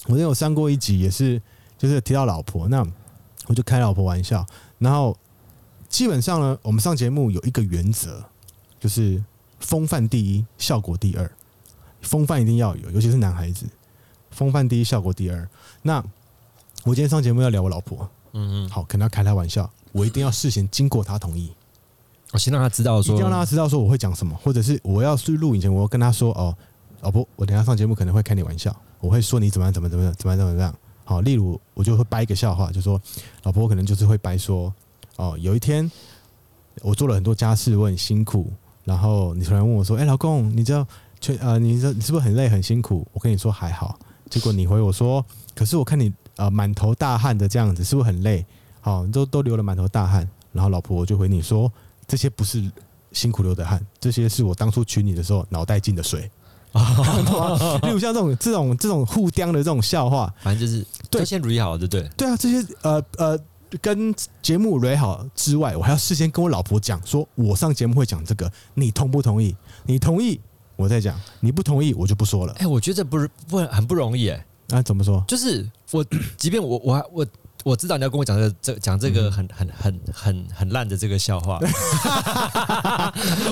Speaker 1: 我之前有上过一集，也是就是提到老婆，那我就开老婆玩笑。然后基本上呢，我们上节目有一个原则，就是风范第一，效果第二。风范一定要有，尤其是男孩子，风范第一，效果第二。那我今天上节目要聊我老婆，
Speaker 2: 嗯嗯，
Speaker 1: 好，可能要开她玩笑，我一定要事先经过她同意。
Speaker 2: 我先让他知道
Speaker 1: 一定
Speaker 2: 说，
Speaker 1: 要让他知道说我会讲什么，或者是我要去录影前，我要跟他说哦，老婆，我等一下上节目可能会开你玩笑，我会说你怎么样怎么样怎么样怎么样怎么样。好，例如我就会掰一个笑话，就说老婆，我可能就是会掰说哦，有一天我做了很多家事，我很辛苦，然后你突然问我说，哎、老公，你知道全呃，你这你是不是很累很辛苦？我跟你说还好，结果你回我说，可是我看你呃满头大汗的这样子，是不是很累？好，你都都流了满头大汗，然后老婆我就回你说，这些不是辛苦流的汗，这些是我当初娶你的时候脑袋进的 <laughs> 水。啊，例如像这种这种这种互刁的这种笑话，
Speaker 2: 反正就是
Speaker 1: 对
Speaker 2: 就先 re 好，对不对？
Speaker 1: 对啊，这些呃呃，跟节目蕊好之外，我还要事先跟我老婆讲，说我上节目会讲这个，你同不同意？你同意我再讲，你不同意我就不说了。
Speaker 2: 哎，我觉得这不是不很不容易哎，
Speaker 1: 啊，怎么说？
Speaker 2: 就是我，即便我我还我我知道你要跟我讲这个这讲这
Speaker 1: 嗯
Speaker 2: 个很很很很很烂的这个
Speaker 1: <laughs>
Speaker 2: 笑话， <laughs>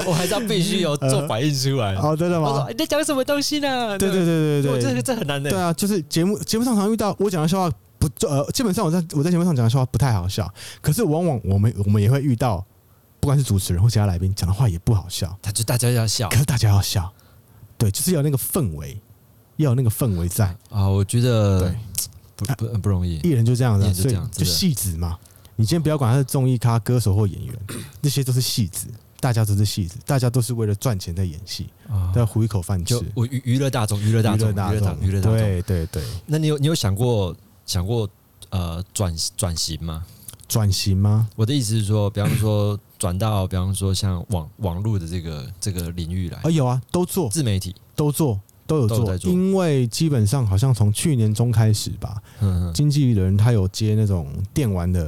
Speaker 2: 我还是要必须有做反应出来。
Speaker 1: 哦，真的
Speaker 2: 我说
Speaker 1: 吗
Speaker 2: 哎？你在讲什么东西呢？
Speaker 1: 对对对
Speaker 2: 对
Speaker 1: 对
Speaker 2: 这
Speaker 1: 对，
Speaker 2: 个这很难的。
Speaker 1: 对啊，就是节目节目上常遇到我讲的笑话不呃，基本上我在我在节目上讲的笑话不太好笑，可是往往我们我们也会遇到，不管是主持人或其他来宾讲的话也不好笑，
Speaker 2: 他就大家要笑
Speaker 1: 可是大家要笑，对，就是要有那个氛围，要有那个氛围在。
Speaker 2: 啊！我觉得
Speaker 1: 对
Speaker 2: 不不不容易。
Speaker 1: 艺人就这样子啊，
Speaker 2: 艺人就
Speaker 1: 所
Speaker 2: 这
Speaker 1: 以
Speaker 2: 样
Speaker 1: 就
Speaker 2: 真的
Speaker 1: 戏子嘛。你今天不要管他是综艺咖、歌手或演员，那些都是戏子，大家都是戏子，大家都是为了赚钱在演戏，
Speaker 2: 啊
Speaker 1: 都要糊一口饭吃。
Speaker 2: 就
Speaker 1: 娱
Speaker 2: 我娱娱乐大众，娱乐大众，
Speaker 1: 乐
Speaker 2: 娱
Speaker 1: 大
Speaker 2: 乐大
Speaker 1: 众，
Speaker 2: 娱乐大众。
Speaker 1: 对对对，
Speaker 2: 那你有你有想过想过呃转转型吗？
Speaker 1: 转型吗？
Speaker 2: 我的意思是说，比方
Speaker 1: <coughs>
Speaker 2: 说转到比方说像网网络的这个这个领域来
Speaker 1: 啊，，有啊，都做，
Speaker 2: 自媒体
Speaker 1: 都做，都有
Speaker 2: 都有
Speaker 1: 做，
Speaker 2: 在做
Speaker 1: 因为基本上好像从去年中开始吧，
Speaker 2: 嗯，嗯
Speaker 1: 经纪人他有接那种电玩的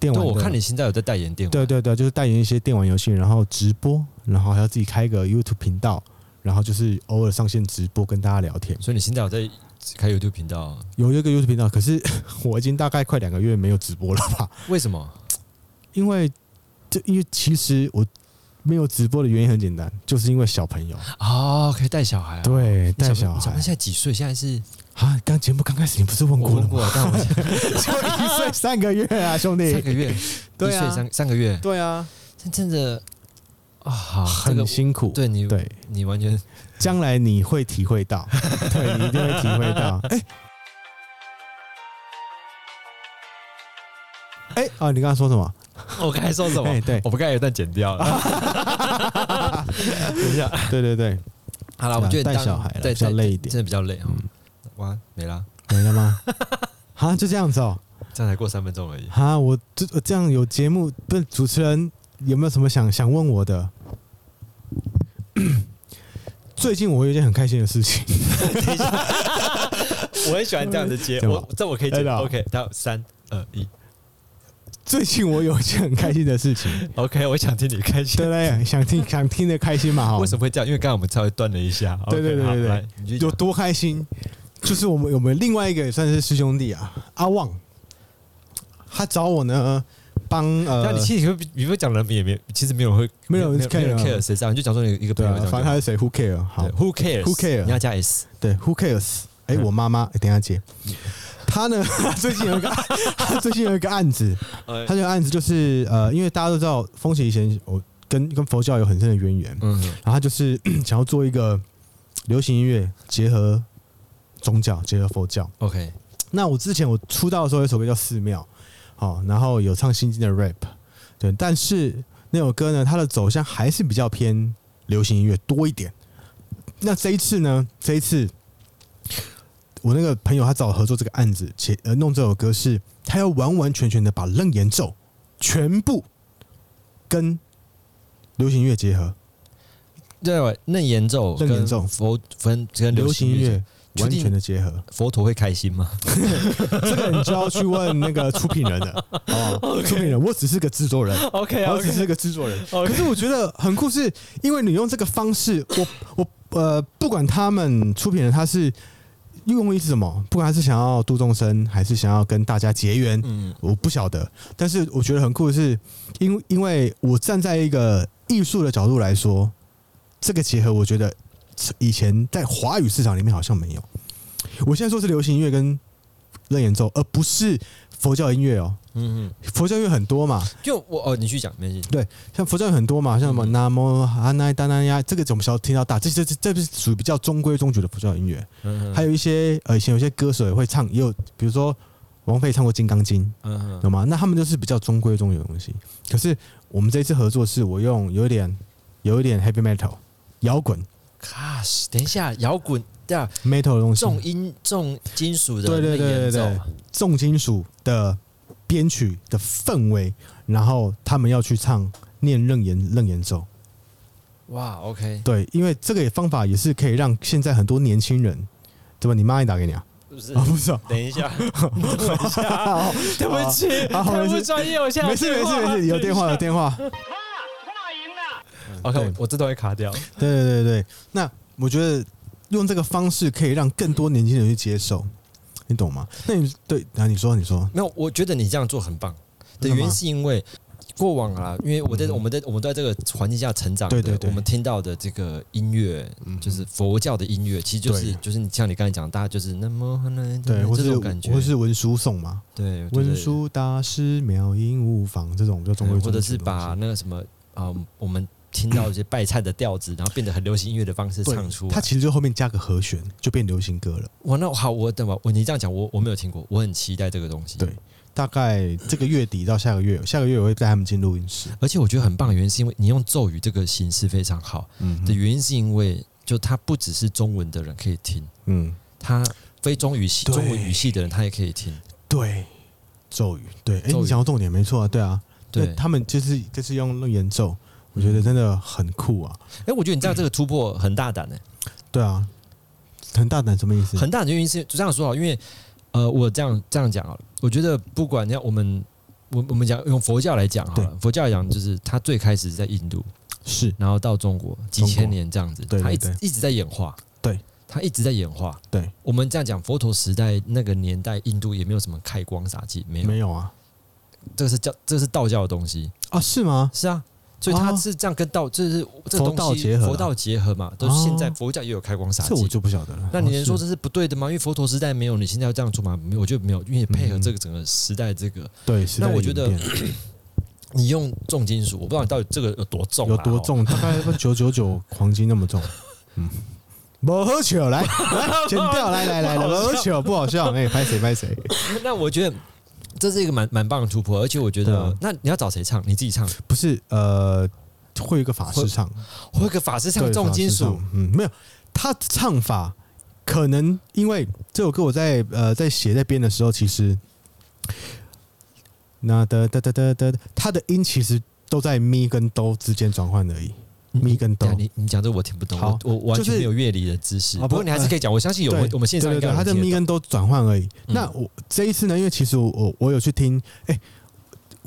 Speaker 1: 电
Speaker 2: 对，
Speaker 1: 玩的，
Speaker 2: 我看你现在有在代言店，
Speaker 1: 对对对，就是代言一些电玩游戏，然后直播，然后还要自己开个 YouTube 频道，然后就是偶尔上线直播跟大家聊天。
Speaker 2: 所以你现在有在开 YouTube 频道，啊
Speaker 1: 有一个 YouTube 频道，可是 <laughs> 我已经大概快两个月没有直播了吧？
Speaker 2: 为什么？
Speaker 1: 因为这因为其实我没有直播的原因很简单，就是因为小朋友
Speaker 2: 哦，可以带小孩、啊，
Speaker 1: 对
Speaker 2: 你
Speaker 1: 带
Speaker 2: 朋
Speaker 1: 小
Speaker 2: 你小朋
Speaker 1: 孩
Speaker 2: 友现在几岁？现在是
Speaker 1: 啊。刚节目刚开始你不是问
Speaker 2: 我
Speaker 1: 过了吗？
Speaker 2: 问过了，但我
Speaker 1: <laughs>
Speaker 2: 现在
Speaker 1: 就一岁三个月啊，兄
Speaker 2: 三
Speaker 1: 弟。
Speaker 2: 个月，一
Speaker 1: <laughs> 对
Speaker 2: 岁
Speaker 1: 啊，
Speaker 2: 三三个月，
Speaker 1: 对啊，
Speaker 2: 真真的啊，好，这
Speaker 1: 很
Speaker 2: 个
Speaker 1: 辛苦。
Speaker 2: 对你，
Speaker 1: 对，
Speaker 2: 你
Speaker 1: <laughs>
Speaker 2: 完全
Speaker 1: 将来你会体会到， <laughs> 对你一定会体会
Speaker 2: <laughs>
Speaker 1: 到。哎、哎、啊，你刚刚说什么？
Speaker 2: 我刚才说什么？
Speaker 1: 哎对啊
Speaker 2: 我不该有一段剪掉了。等一下，
Speaker 1: 对对对，
Speaker 2: 好啊了，我觉得
Speaker 1: 带
Speaker 2: 当
Speaker 1: 小孩了
Speaker 2: 对
Speaker 1: 比较
Speaker 2: 对
Speaker 1: 累一点嗯
Speaker 2: 真，的比较累哦。哇，没啦，
Speaker 1: 没了
Speaker 2: <laughs>
Speaker 1: 吗？啊，就这样子哦、
Speaker 2: 这样才过三分钟而已。
Speaker 1: 啊，我这这样有节目，不是主持人有没有什么想想问我的？ <coughs> 最近我有一件很开心的事情，
Speaker 2: 我很喜欢这样
Speaker 1: <laughs>
Speaker 2: 子接，
Speaker 1: 对吧
Speaker 2: 我这我可以
Speaker 1: 哎
Speaker 2: 接。
Speaker 1: 对啊
Speaker 2: OK，到三二一
Speaker 1: 最近我有一件很开心的
Speaker 2: <laughs>
Speaker 1: 事情，
Speaker 2: ，OK，我想听你开心
Speaker 1: 对。不对？想听想听的开心嘛？哈
Speaker 2: 为，什么会这样？因为刚刚我们稍微断了一下。
Speaker 1: 啊对
Speaker 2: OK，
Speaker 1: 对对
Speaker 2: 好
Speaker 1: 对对
Speaker 2: 来你
Speaker 1: 有
Speaker 2: 就
Speaker 1: 多开心？就是我们我们另外一个也算是师兄弟啊，阿旺，他找我呢帮
Speaker 2: 那
Speaker 1: 呃，
Speaker 2: 你其实会你会讲人名也没，其实没有人会
Speaker 1: 没有人
Speaker 2: 没有
Speaker 1: care 啊
Speaker 2: care 谁这样，你就讲说你一个朋
Speaker 1: 对
Speaker 2: 友
Speaker 1: 啊
Speaker 2: 这，样
Speaker 1: 反正他是谁，Who care？好
Speaker 2: 对，，Who cares？Who
Speaker 1: Who care？
Speaker 2: 你要加 S。
Speaker 1: 对，Who cares？哎、
Speaker 2: 嗯
Speaker 1: 我妈妈、哎等一下接。他呢， <laughs> 最近有一个，他最近有一个案子，
Speaker 2: 哎
Speaker 1: 他这个案子就是呃，因为大家都知道，风起以前我跟跟佛教有很深的渊源，
Speaker 2: 嗯，
Speaker 1: 然后他就是 <clears throat> 想要做一个流行音乐结合宗教，结合佛教。
Speaker 2: OK，
Speaker 1: 那我之前我出道的时候有一首歌叫《寺庙》，好、然后有唱新进的 rap，对，但是那首歌呢，它的走向还是比较偏流行音乐多一点。那这一次呢，这一次我那个朋友他找我合作这个案子，且呃弄这首歌是他要完完全全的把楞严咒全部跟流行音乐结合，
Speaker 2: 对，那严咒
Speaker 1: 楞严咒
Speaker 2: 跟佛跟跟
Speaker 1: 流
Speaker 2: 流
Speaker 1: 行
Speaker 2: 行
Speaker 1: 音
Speaker 2: 乐
Speaker 1: 乐完全的结合，
Speaker 2: 佛陀会开
Speaker 1: <laughs>
Speaker 2: 心吗？
Speaker 1: 这个你就要去问那个出品人了，哦，出品人，我只是个制作人。
Speaker 2: 哎 OK
Speaker 1: 我只是个制作人，
Speaker 2: OK
Speaker 1: 可是我觉得很酷，是因为你用这个方式，我我呃，不管他们出品人他是用意是什么，不管他是想要度众生，还是想要跟大家结缘，
Speaker 2: 嗯，
Speaker 1: 我不晓得。但是我觉得很酷的是，因因为我站在一个艺术的角度来说，这个结合我觉得以前在华语市场里面好像没有。我现在说是流行音乐跟楞严咒，而呃不是佛教音乐哦。
Speaker 2: 嗯嗯，
Speaker 1: 佛教音乐很多嘛，
Speaker 2: 就我哦，你去讲没关系。
Speaker 1: 像佛教有很多嘛，像什么
Speaker 2: 嗯
Speaker 1: 南无阿那达那呀，这个我们小听到大，这这这这是属于比较中规中矩的佛教音乐。
Speaker 2: 嗯嗯
Speaker 1: 还有一些呃，以前有些歌手也会唱，也有比如说王菲唱过《金刚经》，
Speaker 2: 嗯
Speaker 1: 懂吗？那他们就是比较中规中矩的东西。可是我们这一次合作是我用有一点有一点 heavy metal 摇滚
Speaker 2: ，Gosh，等一下，摇滚对啊，
Speaker 1: metal 的东西，
Speaker 2: 重音重金属的
Speaker 1: 对对
Speaker 2: 那
Speaker 1: 对
Speaker 2: 严
Speaker 1: 对对
Speaker 2: 重，啊
Speaker 1: 重金属的编曲的氛围，然后他们要去唱念楞严楞严咒。
Speaker 2: 哇，OK，
Speaker 1: 对，因为这个也方法也是可以让现在很多年轻人，对吧？你妈也打给你啊？
Speaker 2: 不是
Speaker 1: 啊，不是啊，
Speaker 2: 等一下，等一下， <laughs> 对不起，
Speaker 1: 好好
Speaker 2: 太
Speaker 1: 没
Speaker 2: 不
Speaker 1: 事
Speaker 2: 专业，我现在
Speaker 1: 哦没事没事没事，有电话有电话。
Speaker 2: 话。OK，
Speaker 1: 对
Speaker 2: 我我这段会卡掉。
Speaker 1: 对对对对，那我觉得用这个方式可以让更多年轻人去接受，你懂吗？那你对，然后你说你说，
Speaker 2: 没有，我觉得你这样做很棒的
Speaker 1: 真的吗
Speaker 2: 原因是因为过往啊，因为我在我们在我们在这个环境下成长的，
Speaker 1: 对对对
Speaker 2: 我们听到的这个音乐，嗯
Speaker 1: 嗯
Speaker 2: 就是佛教的音乐，其实就是
Speaker 1: 对
Speaker 2: 就是你像你刚才讲，大家就是那么那
Speaker 1: 对，或
Speaker 2: 这
Speaker 1: 是
Speaker 2: 种感觉，
Speaker 1: 或是文殊颂嘛，
Speaker 2: 对
Speaker 1: 文，殊大师妙音无妨这种比较
Speaker 2: 对
Speaker 1: 中
Speaker 2: 对
Speaker 1: 规
Speaker 2: 或
Speaker 1: 中矩的
Speaker 2: 者
Speaker 1: 东西，
Speaker 2: 是把那个什么啊、呃我们听到一些拜忏的调子，然后变得很流行音乐的方式
Speaker 1: 对
Speaker 2: 唱出来
Speaker 1: 它其实就后面加个和弦就变流行歌了。
Speaker 2: 哇，那好，我等吧，我你这样讲，我我没有听过，我很期待这个东西。
Speaker 1: 对大概这个月底到下个月，下个月我会带他们进录音室。
Speaker 2: 而且我觉得很棒的原因是因为你用咒语这个形式非常好。
Speaker 1: 嗯
Speaker 2: 的原因是因为，就它不只是中文的人可以听，
Speaker 1: 嗯，
Speaker 2: 它非中语系、
Speaker 1: 对
Speaker 2: 中文语系的人他也可以听。
Speaker 1: 对，咒语，对，哎、
Speaker 2: 咒语
Speaker 1: 你讲到重点，没错啊，对啊，
Speaker 2: 对
Speaker 1: 那，他们就是就是用楞严咒，我觉得真的很酷啊，
Speaker 2: 哎、我觉得你这样这个突破很大胆呢、
Speaker 1: 对啊，很大胆什么意思？
Speaker 2: 很大的原因是就这样说好，因为呃，我这样这样讲好了，我觉得不管像我们，我我们讲用佛教来讲好了，佛教来讲就是它最开始是在印度，
Speaker 1: 是
Speaker 2: 然后到中国几千年这样子，
Speaker 1: 对对
Speaker 2: 它一
Speaker 1: 对
Speaker 2: 直一直在演化，
Speaker 1: 对，
Speaker 2: 它一直在演化。
Speaker 1: 对，
Speaker 2: 我们这样讲，佛陀时代那个年代，印度也没有什么开光洒净，没有，
Speaker 1: 没有啊？
Speaker 2: 这是教这是道教的东西，
Speaker 1: 啊，是吗？
Speaker 2: 是啊。所以它
Speaker 1: 哦
Speaker 2: 是这样跟道，这是这
Speaker 1: 佛
Speaker 2: 东西
Speaker 1: 道结合
Speaker 2: 佛
Speaker 1: 啦
Speaker 2: 道结合嘛，都是现在
Speaker 1: 哦
Speaker 2: 佛教也有开光洒
Speaker 1: 这我
Speaker 2: 净，
Speaker 1: 就不晓得了。
Speaker 2: 那你
Speaker 1: 哦
Speaker 2: 能说
Speaker 1: 是
Speaker 2: 这是不对的吗？因为佛陀时代没有，你现在要这样做吗？没有，我觉得没有，因为
Speaker 1: 嗯
Speaker 2: 配合这个整个时代，这个
Speaker 1: 对？时
Speaker 2: 那
Speaker 1: 代
Speaker 2: 我
Speaker 1: 演
Speaker 2: 觉得
Speaker 1: 变
Speaker 2: 你用重金属，我不知道你到底这个有多重，啊哦
Speaker 1: 有多？重？大概九九九黄金那么重。嗯，不好笑，来
Speaker 2: <laughs>
Speaker 1: 来剪掉，来来来来，不好笑，不好笑，哎，拍谁拍谁？
Speaker 2: <laughs> 那我觉得这是一个蛮蛮棒的突破，而且我觉
Speaker 1: 对
Speaker 2: 得，
Speaker 1: 啊
Speaker 2: 那你要找谁唱？你自己唱，
Speaker 1: 不是呃，会有一个法师唱，
Speaker 2: 我有个法师唱
Speaker 1: 对
Speaker 2: 重金，
Speaker 1: 法师
Speaker 2: 属，
Speaker 1: 唱嗯，没有，他唱法可能因为这首歌我在呃在写在编的时候，其实那的的的的的，他的音其实都在咪跟哆之间转换而已。
Speaker 2: 嗯
Speaker 1: 咪跟哆
Speaker 2: 等一下你你讲这个我听不懂，
Speaker 1: 好
Speaker 2: 我我我完
Speaker 1: 就
Speaker 2: 全
Speaker 1: 是
Speaker 2: 没有乐理的知识。
Speaker 1: 啊
Speaker 2: 不
Speaker 1: 不
Speaker 2: 过你还是可以讲，我相信有
Speaker 1: 对
Speaker 2: 我们线上
Speaker 1: 对
Speaker 2: 应
Speaker 1: 对
Speaker 2: 该
Speaker 1: 对，
Speaker 2: 有
Speaker 1: 他
Speaker 2: 人
Speaker 1: 的
Speaker 2: 听得
Speaker 1: 咪
Speaker 2: 懂
Speaker 1: 跟都转换而已。
Speaker 2: 嗯
Speaker 1: 那我这一次呢，因为其实我我我有去听，哎、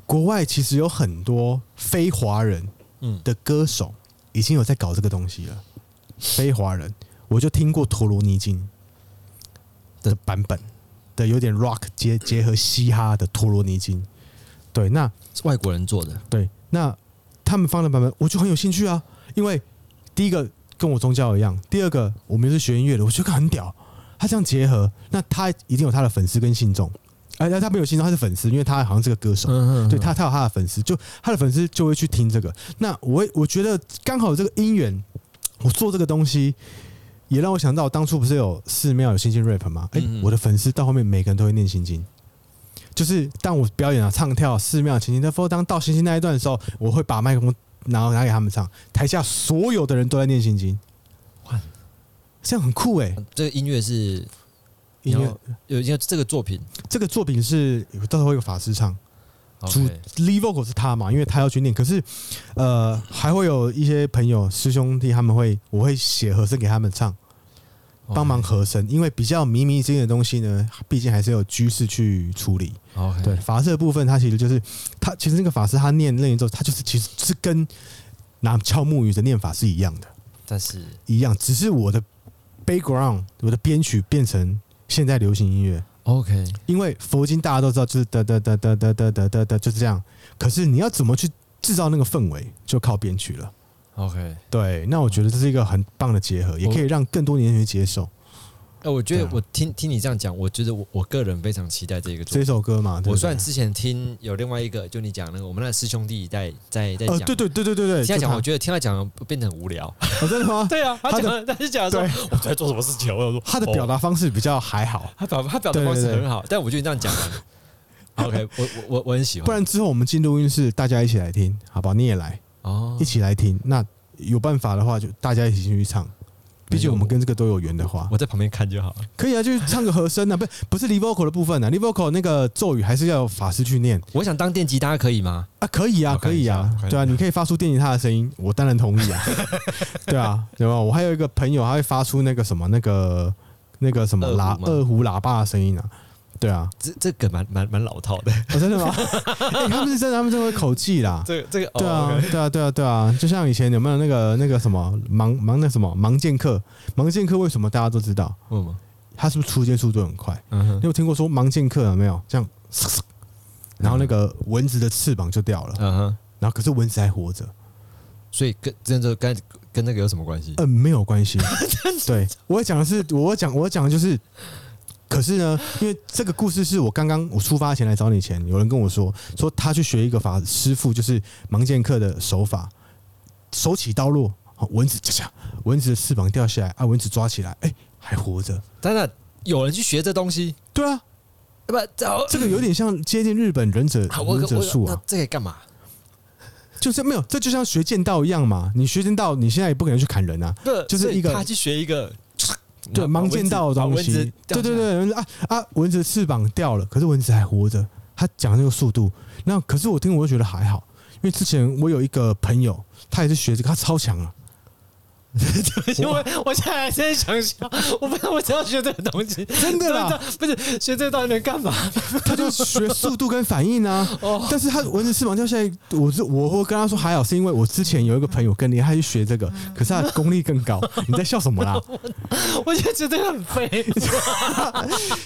Speaker 1: 国外其实有很多非华人
Speaker 2: 嗯
Speaker 1: 的歌手已经有在搞这个东西了，非华人，我就听过陀罗尼金的版本的，有点 rock 结结合嘻哈的陀罗尼金。对，那
Speaker 2: 是外国人做的，
Speaker 1: 对，那他们放的版本我就很有兴趣啊，因为第一个跟我宗教一样，第二个我们又是学音乐的，我觉得很屌。他这样结合，那他一定有他的粉丝跟信众，而且他没有信众，他是粉丝，因为他好像是个歌手，
Speaker 2: 嗯
Speaker 1: 对他，他有他的粉丝，就他的粉丝就会去听这个。那我也我觉得刚好有这个因缘，我做这个东西。也让我想到，我当初不是有寺庙有心经 rap 吗？哎、
Speaker 2: 嗯
Speaker 1: 我的粉丝到后面每个人都会念心经，就是当我表演啊、唱跳、寺庙情景的 f 当到星星那一段的时候，我会把麦克风然后拿给他们唱，台下所有的人都在念心经，
Speaker 2: 哇
Speaker 1: 哇，这样很酷哎、
Speaker 2: 这个音乐是
Speaker 1: 音
Speaker 2: 然
Speaker 1: 乐
Speaker 2: 后有因为这个作品
Speaker 1: 这个作品是到时候会有法师唱，主
Speaker 2: OK
Speaker 1: lead vocal 是他嘛，因为他要去念。可是，呃，还会有一些朋友师兄弟，他们会我会写和声给他们唱，帮忙和声，因为比较靡靡之音的东西呢，毕竟还是有居士去处理。
Speaker 2: OK，
Speaker 1: 对法师的部分，他其实就是他其实那个法师他念念之后，他就是其实是跟拿敲木鱼的念法是一样的，
Speaker 2: 但是
Speaker 1: 一样，只是我的 background 我的编曲变成现在流行音乐。
Speaker 2: OK，
Speaker 1: 因为佛经大家都知道，就是得得得得得得得得得就是这样。可是你要怎么去制造那个氛围，就靠编曲了。
Speaker 2: OK，
Speaker 1: 对，那我觉得这是一个很棒的结合，也可以让更多年轻人接受
Speaker 2: 哎，我觉得
Speaker 1: 对啊
Speaker 2: 我听听你这样讲，我觉得我我个人非常期待这个作
Speaker 1: 这
Speaker 2: 品。
Speaker 1: 首歌嘛。对不对
Speaker 2: 我算之前听有另外一个，就你讲那个，我们那师兄弟在在在
Speaker 1: 呃，
Speaker 2: 讲，
Speaker 1: 对对对对对对，
Speaker 2: 现在
Speaker 1: 就
Speaker 2: 讲
Speaker 1: 他
Speaker 2: 我觉得听他讲变得很无聊。
Speaker 1: 哦真的吗？
Speaker 2: <laughs> 对啊，他
Speaker 1: 他
Speaker 2: 讲
Speaker 1: 的
Speaker 2: 的他是讲说
Speaker 1: 对
Speaker 2: <laughs> 我在做什么事情，我有说
Speaker 1: 他的表
Speaker 2: 哦
Speaker 1: 达方式比较还好，
Speaker 2: 他表他表达
Speaker 1: 对对
Speaker 2: 方式
Speaker 1: 对
Speaker 2: 很好，但我觉得你这样讲完 <laughs> ，OK，我我我我很喜欢。
Speaker 1: 不然之后我们进录音室，大家一起来听，好不好？你也来，
Speaker 2: 哦
Speaker 1: 一，起来听。那有办法的话，就大家一起进去唱。毕竟我们跟这个都有缘的话，
Speaker 2: 我在旁边看就好了。
Speaker 1: 可以啊，就是唱个和声啊，不不是 l i vocal 的部分啊 l i vocal 那个咒语还是要有法师去念。
Speaker 2: 我想当电吉他可以吗？
Speaker 1: 啊，可以啊，
Speaker 2: 我看
Speaker 1: 可
Speaker 2: 一
Speaker 1: 以
Speaker 2: 下
Speaker 1: 啊
Speaker 2: 我看，一
Speaker 1: 对啊，
Speaker 2: 下
Speaker 1: 你可以发出电吉他的声
Speaker 2: <laughs>
Speaker 1: 音，我当然同意啊，对啊，对吧？我还有一个朋友，他会发出那个什么那个那个什么
Speaker 2: 二胡
Speaker 1: 喇
Speaker 2: 吗
Speaker 1: 二胡喇叭的声音啊，对啊，
Speaker 2: 这这个蛮蛮蛮老套的。
Speaker 1: 哦真的吗？欸他们是真的，他们真的会口技啦。
Speaker 2: <laughs> 这个这 <laughs> 个，哦
Speaker 1: 对啊
Speaker 2: OK，
Speaker 1: 对啊，对啊，对啊！就像以前有没有那个那个什么盲盲那什么盲剑客？盲剑客为什么大家都知道？
Speaker 2: 问吗？
Speaker 1: 他是不是出街速度很快？
Speaker 2: 嗯哼
Speaker 1: 你有听过说盲剑客有没有？这样，然后那个蚊子的翅膀就掉了，
Speaker 2: 嗯哼，
Speaker 1: 然后可是蚊子还活着。
Speaker 2: 所以跟真的跟跟那个有什么关系？
Speaker 1: 嗯，没有关
Speaker 2: <laughs>
Speaker 1: 系。对，我讲的是，我讲我讲的就是，可是呢，因为这个故事是我刚刚我出发前来找你前，有人跟我说，说他去学一个法师傅，就是盲剑客的手法，手起刀落，好蚊子恰恰，蚊子的翅膀掉下来，啊，蚊子抓起来，哎、还活着。
Speaker 2: 当然有人去学这东西，
Speaker 1: 对啊，
Speaker 2: 不找
Speaker 1: 这个有点像接近日本忍者
Speaker 2: 好我
Speaker 1: 忍
Speaker 2: 我
Speaker 1: 者术
Speaker 2: 那
Speaker 1: 啊，
Speaker 2: 这个干嘛？
Speaker 1: 就是没有，这就像学剑道一样嘛。你学剑道，你现在也不可能去砍人啊，
Speaker 2: 不
Speaker 1: 就是
Speaker 2: 所以
Speaker 1: 一个
Speaker 2: 他去学一个
Speaker 1: 对，盲剑道的东西，对对，对，蚊子啊啊，蚊子翅膀掉了，可是蚊子还活着。他讲那个速度，那可是我听我就觉得还好，因为之前我有一个朋友，他也是学这个，他超强啊，
Speaker 2: 因为我现在还在想笑，我不我只要学这个东西，
Speaker 1: 真的啦，
Speaker 2: 不是学这个到底能干嘛？
Speaker 1: 他就学速度跟反应啊。
Speaker 2: 哦
Speaker 1: 但是他蚊子翅膀掉下来，我是我会跟他说还好，是因为我之前有一个朋友跟你，他去学这个，可是他的功力更高。你在笑什么啦？
Speaker 2: 我就觉得很废。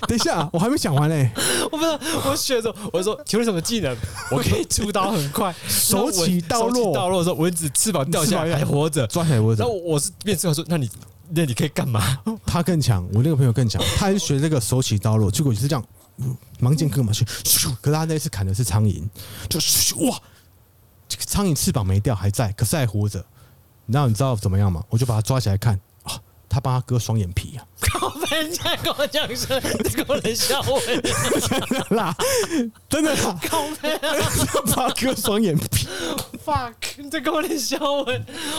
Speaker 1: 等一下，我还没讲完嘞。
Speaker 2: 我不知道，我学着我说，请问什么技能？我可以出刀很快，
Speaker 1: 手起刀落
Speaker 2: 手起刀落的时候，蚊子翅膀掉下来还活着。
Speaker 1: 抓起来我
Speaker 2: 然
Speaker 1: 走
Speaker 2: 后，我是变翅膀说，那你那你可以干嘛？
Speaker 1: 他更强，我那个朋友更强，他还是学这个手起刀落，结果就是这样，嗯盲剑跟马去，咻可是他那一次砍的是苍蝇，就咻哇，这个苍蝇翅膀没掉，还在，可是还活着。然后你知道怎么样吗？我就把他抓起来看，啊，他帮他割双眼皮啊，
Speaker 2: <laughs> 靠背，你现在跟我讲什么？你跟我冷笑我？
Speaker 1: 啦，真的啦，
Speaker 2: 靠背啊！
Speaker 1: 帮他割双眼皮。
Speaker 2: fuck，你在跟我冷笑我，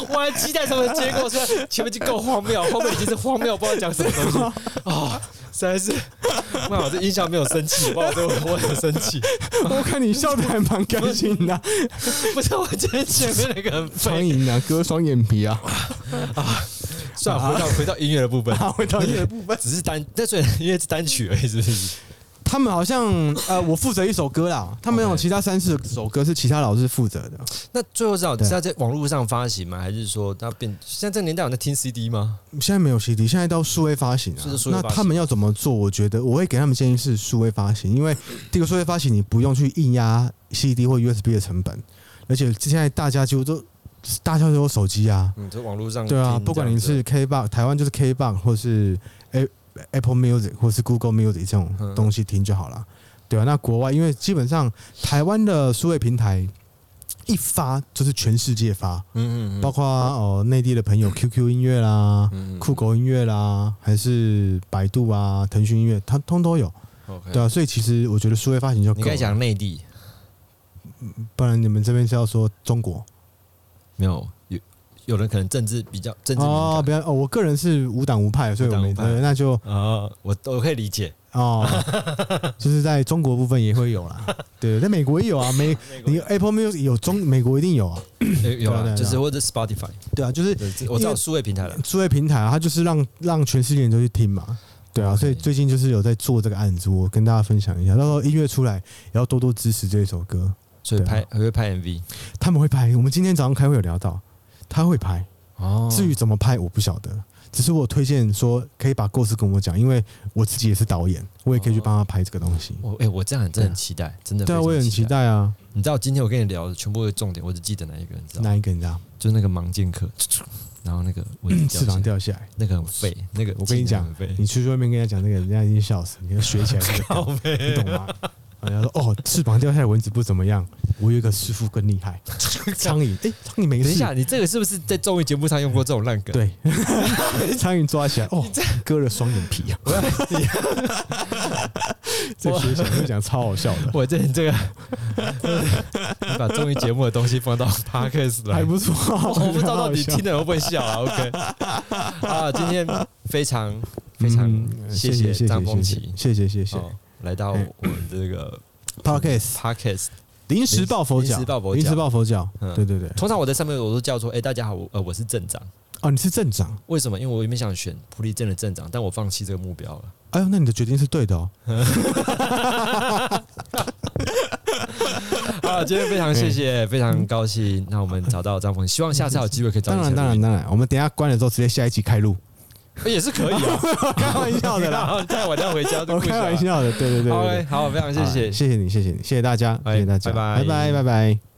Speaker 2: 我还期待什么结果？说前面已经够荒谬，后面已经是荒谬，不知道讲什么东
Speaker 1: <laughs>
Speaker 2: 西啊、实在是，妈，我这音效没有生气，哇，我这我很生
Speaker 1: <laughs>
Speaker 2: 气，
Speaker 1: 我看你笑的还蛮开心的啊，
Speaker 2: 不是我觉得前面那个很
Speaker 1: 苍
Speaker 2: 废。
Speaker 1: 蝇啊，割双眼皮啊，
Speaker 2: 算了，回到回到音乐的部分，
Speaker 1: 啊，回到你的部分。
Speaker 2: 只是单，那虽然因为是单曲而已，是不是？
Speaker 1: 他们好像呃，我负责一首歌啦，他们有
Speaker 2: OK
Speaker 1: 其他三四首歌是其他老师负责的。
Speaker 2: 那最后是好
Speaker 1: 对
Speaker 2: 是要在网络上发行吗？还是说它变？现在这个年代有在听 CD 吗？
Speaker 1: 现在没有 CD，现在到数位发行啊
Speaker 2: 是数。位
Speaker 1: 那
Speaker 2: 发行
Speaker 1: 他们要怎么做？我觉得我会给他们建议是数位发行，因为这个数位发行你不用去硬压 CD 或 USB 的成本，而且现在大家几乎都大家都有手机啊。
Speaker 2: 嗯，就网络上
Speaker 1: 对啊，
Speaker 2: 听
Speaker 1: 不管
Speaker 2: 这
Speaker 1: 你
Speaker 2: 样子
Speaker 1: 是 K box，台湾就是 K box，或是 A- Apple Music，或是 Google Music 这种
Speaker 2: 嗯
Speaker 1: 东西听就好了。对啊，那国外因为基本上台湾的数位平台一发就是全世界发，
Speaker 2: 嗯嗯嗯，
Speaker 1: 包括哦内地的
Speaker 2: <coughs>
Speaker 1: 朋友 QQ 音乐啦、
Speaker 2: 嗯嗯
Speaker 1: 酷狗音乐啦，还是百度啊、腾讯音乐，它通都有。
Speaker 2: OK，
Speaker 1: 对啊，所以其实我觉得数位发行就
Speaker 2: 你
Speaker 1: 够
Speaker 2: 刚才
Speaker 1: 了，
Speaker 2: 嗯讲内地
Speaker 1: 不然你们这边是要说中国
Speaker 2: 没有有有人可能政治比较政治敏
Speaker 1: 哦，
Speaker 2: 感
Speaker 1: 不要哦，我个人是无党无派，所以我没
Speaker 2: 无党无派
Speaker 1: 对那就。
Speaker 2: 啊，我我可以理解。
Speaker 1: 哦， <laughs> 就是在中国部分也会有啦，对，在美国也有啊，美你 Apple Music 有中，美国一定有啊，
Speaker 2: 有有
Speaker 1: 对啊对
Speaker 2: 啊，
Speaker 1: 啊
Speaker 2: 就是或者 Spotify，
Speaker 1: 对啊，就是
Speaker 2: 对这我知道数位平台了。
Speaker 1: 数位平台啊，它就是让让全世界人都去听嘛，对啊，
Speaker 2: OK
Speaker 1: 所以最近就是有在做这个案子，我跟大家分享一下，到时候音乐出来也要多多支持这首歌，
Speaker 2: 所以
Speaker 1: 对啊
Speaker 2: 拍还会拍 MV
Speaker 1: 他们会拍，我们今天早上开会有聊到，他会拍，
Speaker 2: 哦
Speaker 1: 至于怎么拍我不晓得。只是我推荐说，可以把故事跟我讲，因为我自己也是导演，我也可以去帮他拍这个东西。
Speaker 2: 我哎，我这样真的很期待，真的
Speaker 1: 对啊，
Speaker 2: 非常
Speaker 1: 我也很期。待啊。
Speaker 2: 你知道今天我跟你聊的全部的重点，我只记得哪一个，你知道吗？
Speaker 1: 哪一个你知道？
Speaker 2: 就是那个盲剑客，然后那个蚊子掉
Speaker 1: 翅
Speaker 2: 下
Speaker 1: 膀
Speaker 2: 来
Speaker 1: 掉下来，
Speaker 2: 那个很废，那个
Speaker 1: 我跟你讲
Speaker 2: 技能很废
Speaker 1: 你出去外面跟人家讲那个，人家已经笑死，你要学起来这个
Speaker 2: <laughs> 靠背
Speaker 1: 你懂吗？人家说哦，翅膀掉下来，蚊子不怎么样。我有一个师傅更厉
Speaker 2: <laughs>
Speaker 1: 害，苍蝇，哎、苍蝇没
Speaker 2: 等一
Speaker 1: 事。
Speaker 2: 下，你这个是不是在综艺节目上用过这种烂梗？
Speaker 1: 对， <laughs> 苍蝇抓起来，哦，割了双眼皮啊！
Speaker 2: <laughs> 我要
Speaker 1: <laughs> 这学起来就讲超好笑的，
Speaker 2: 我 <laughs> 这这个，你把综艺节目的东西放到 podcast 来
Speaker 1: 还，不错。啊
Speaker 2: 我不知道到底
Speaker 1: 很好笑
Speaker 2: 听的人会不会笑啊。OK，啊，今天非常非常
Speaker 1: 嗯
Speaker 2: 谢
Speaker 1: 谢
Speaker 2: 谢张丰琪，
Speaker 1: 谢谢谢谢
Speaker 2: 哦，来到
Speaker 1: 哎
Speaker 2: 我们这个
Speaker 1: Podcast
Speaker 2: podcast。
Speaker 1: 临时抱佛脚，
Speaker 2: 临时抱佛脚
Speaker 1: 临时抱佛脚，
Speaker 2: 嗯
Speaker 1: 对对对。
Speaker 2: 通常我在上面我都叫说，哎，大家好，我呃我是镇长。
Speaker 1: 哦，你是镇长，
Speaker 2: 为什么？因为我原本想选普利镇的镇长，但我放弃这个目标了。
Speaker 1: 哎呦，那你的决定是对的哦。
Speaker 2: 啊，今天非常谢
Speaker 1: 嗯
Speaker 2: 谢，非常高兴，那我们找到张鹏，希望下次还有机会可以找
Speaker 1: 当
Speaker 2: 你
Speaker 1: 然
Speaker 2: 一起录
Speaker 1: 当然
Speaker 2: 音，
Speaker 1: 当然，我们等一下关了之后，直接下一集开录。
Speaker 2: 也是可以啊。
Speaker 1: <laughs> 开玩笑
Speaker 2: <laughs>
Speaker 1: 的啦，，
Speaker 2: 太晚要回家
Speaker 1: <laughs>
Speaker 2: 就
Speaker 1: 我
Speaker 2: 不
Speaker 1: 哎 <laughs>
Speaker 2: 行
Speaker 1: 开
Speaker 2: 了
Speaker 1: 玩笑的，对对对对
Speaker 2: 好
Speaker 1: 对
Speaker 2: ，OK，好，非常谢
Speaker 1: 好
Speaker 2: 谢
Speaker 1: 谢谢你，谢谢你，谢谢大家，
Speaker 2: 哎
Speaker 1: 谢谢大家，
Speaker 2: 拜
Speaker 1: 拜
Speaker 2: 拜
Speaker 1: 拜，拜拜。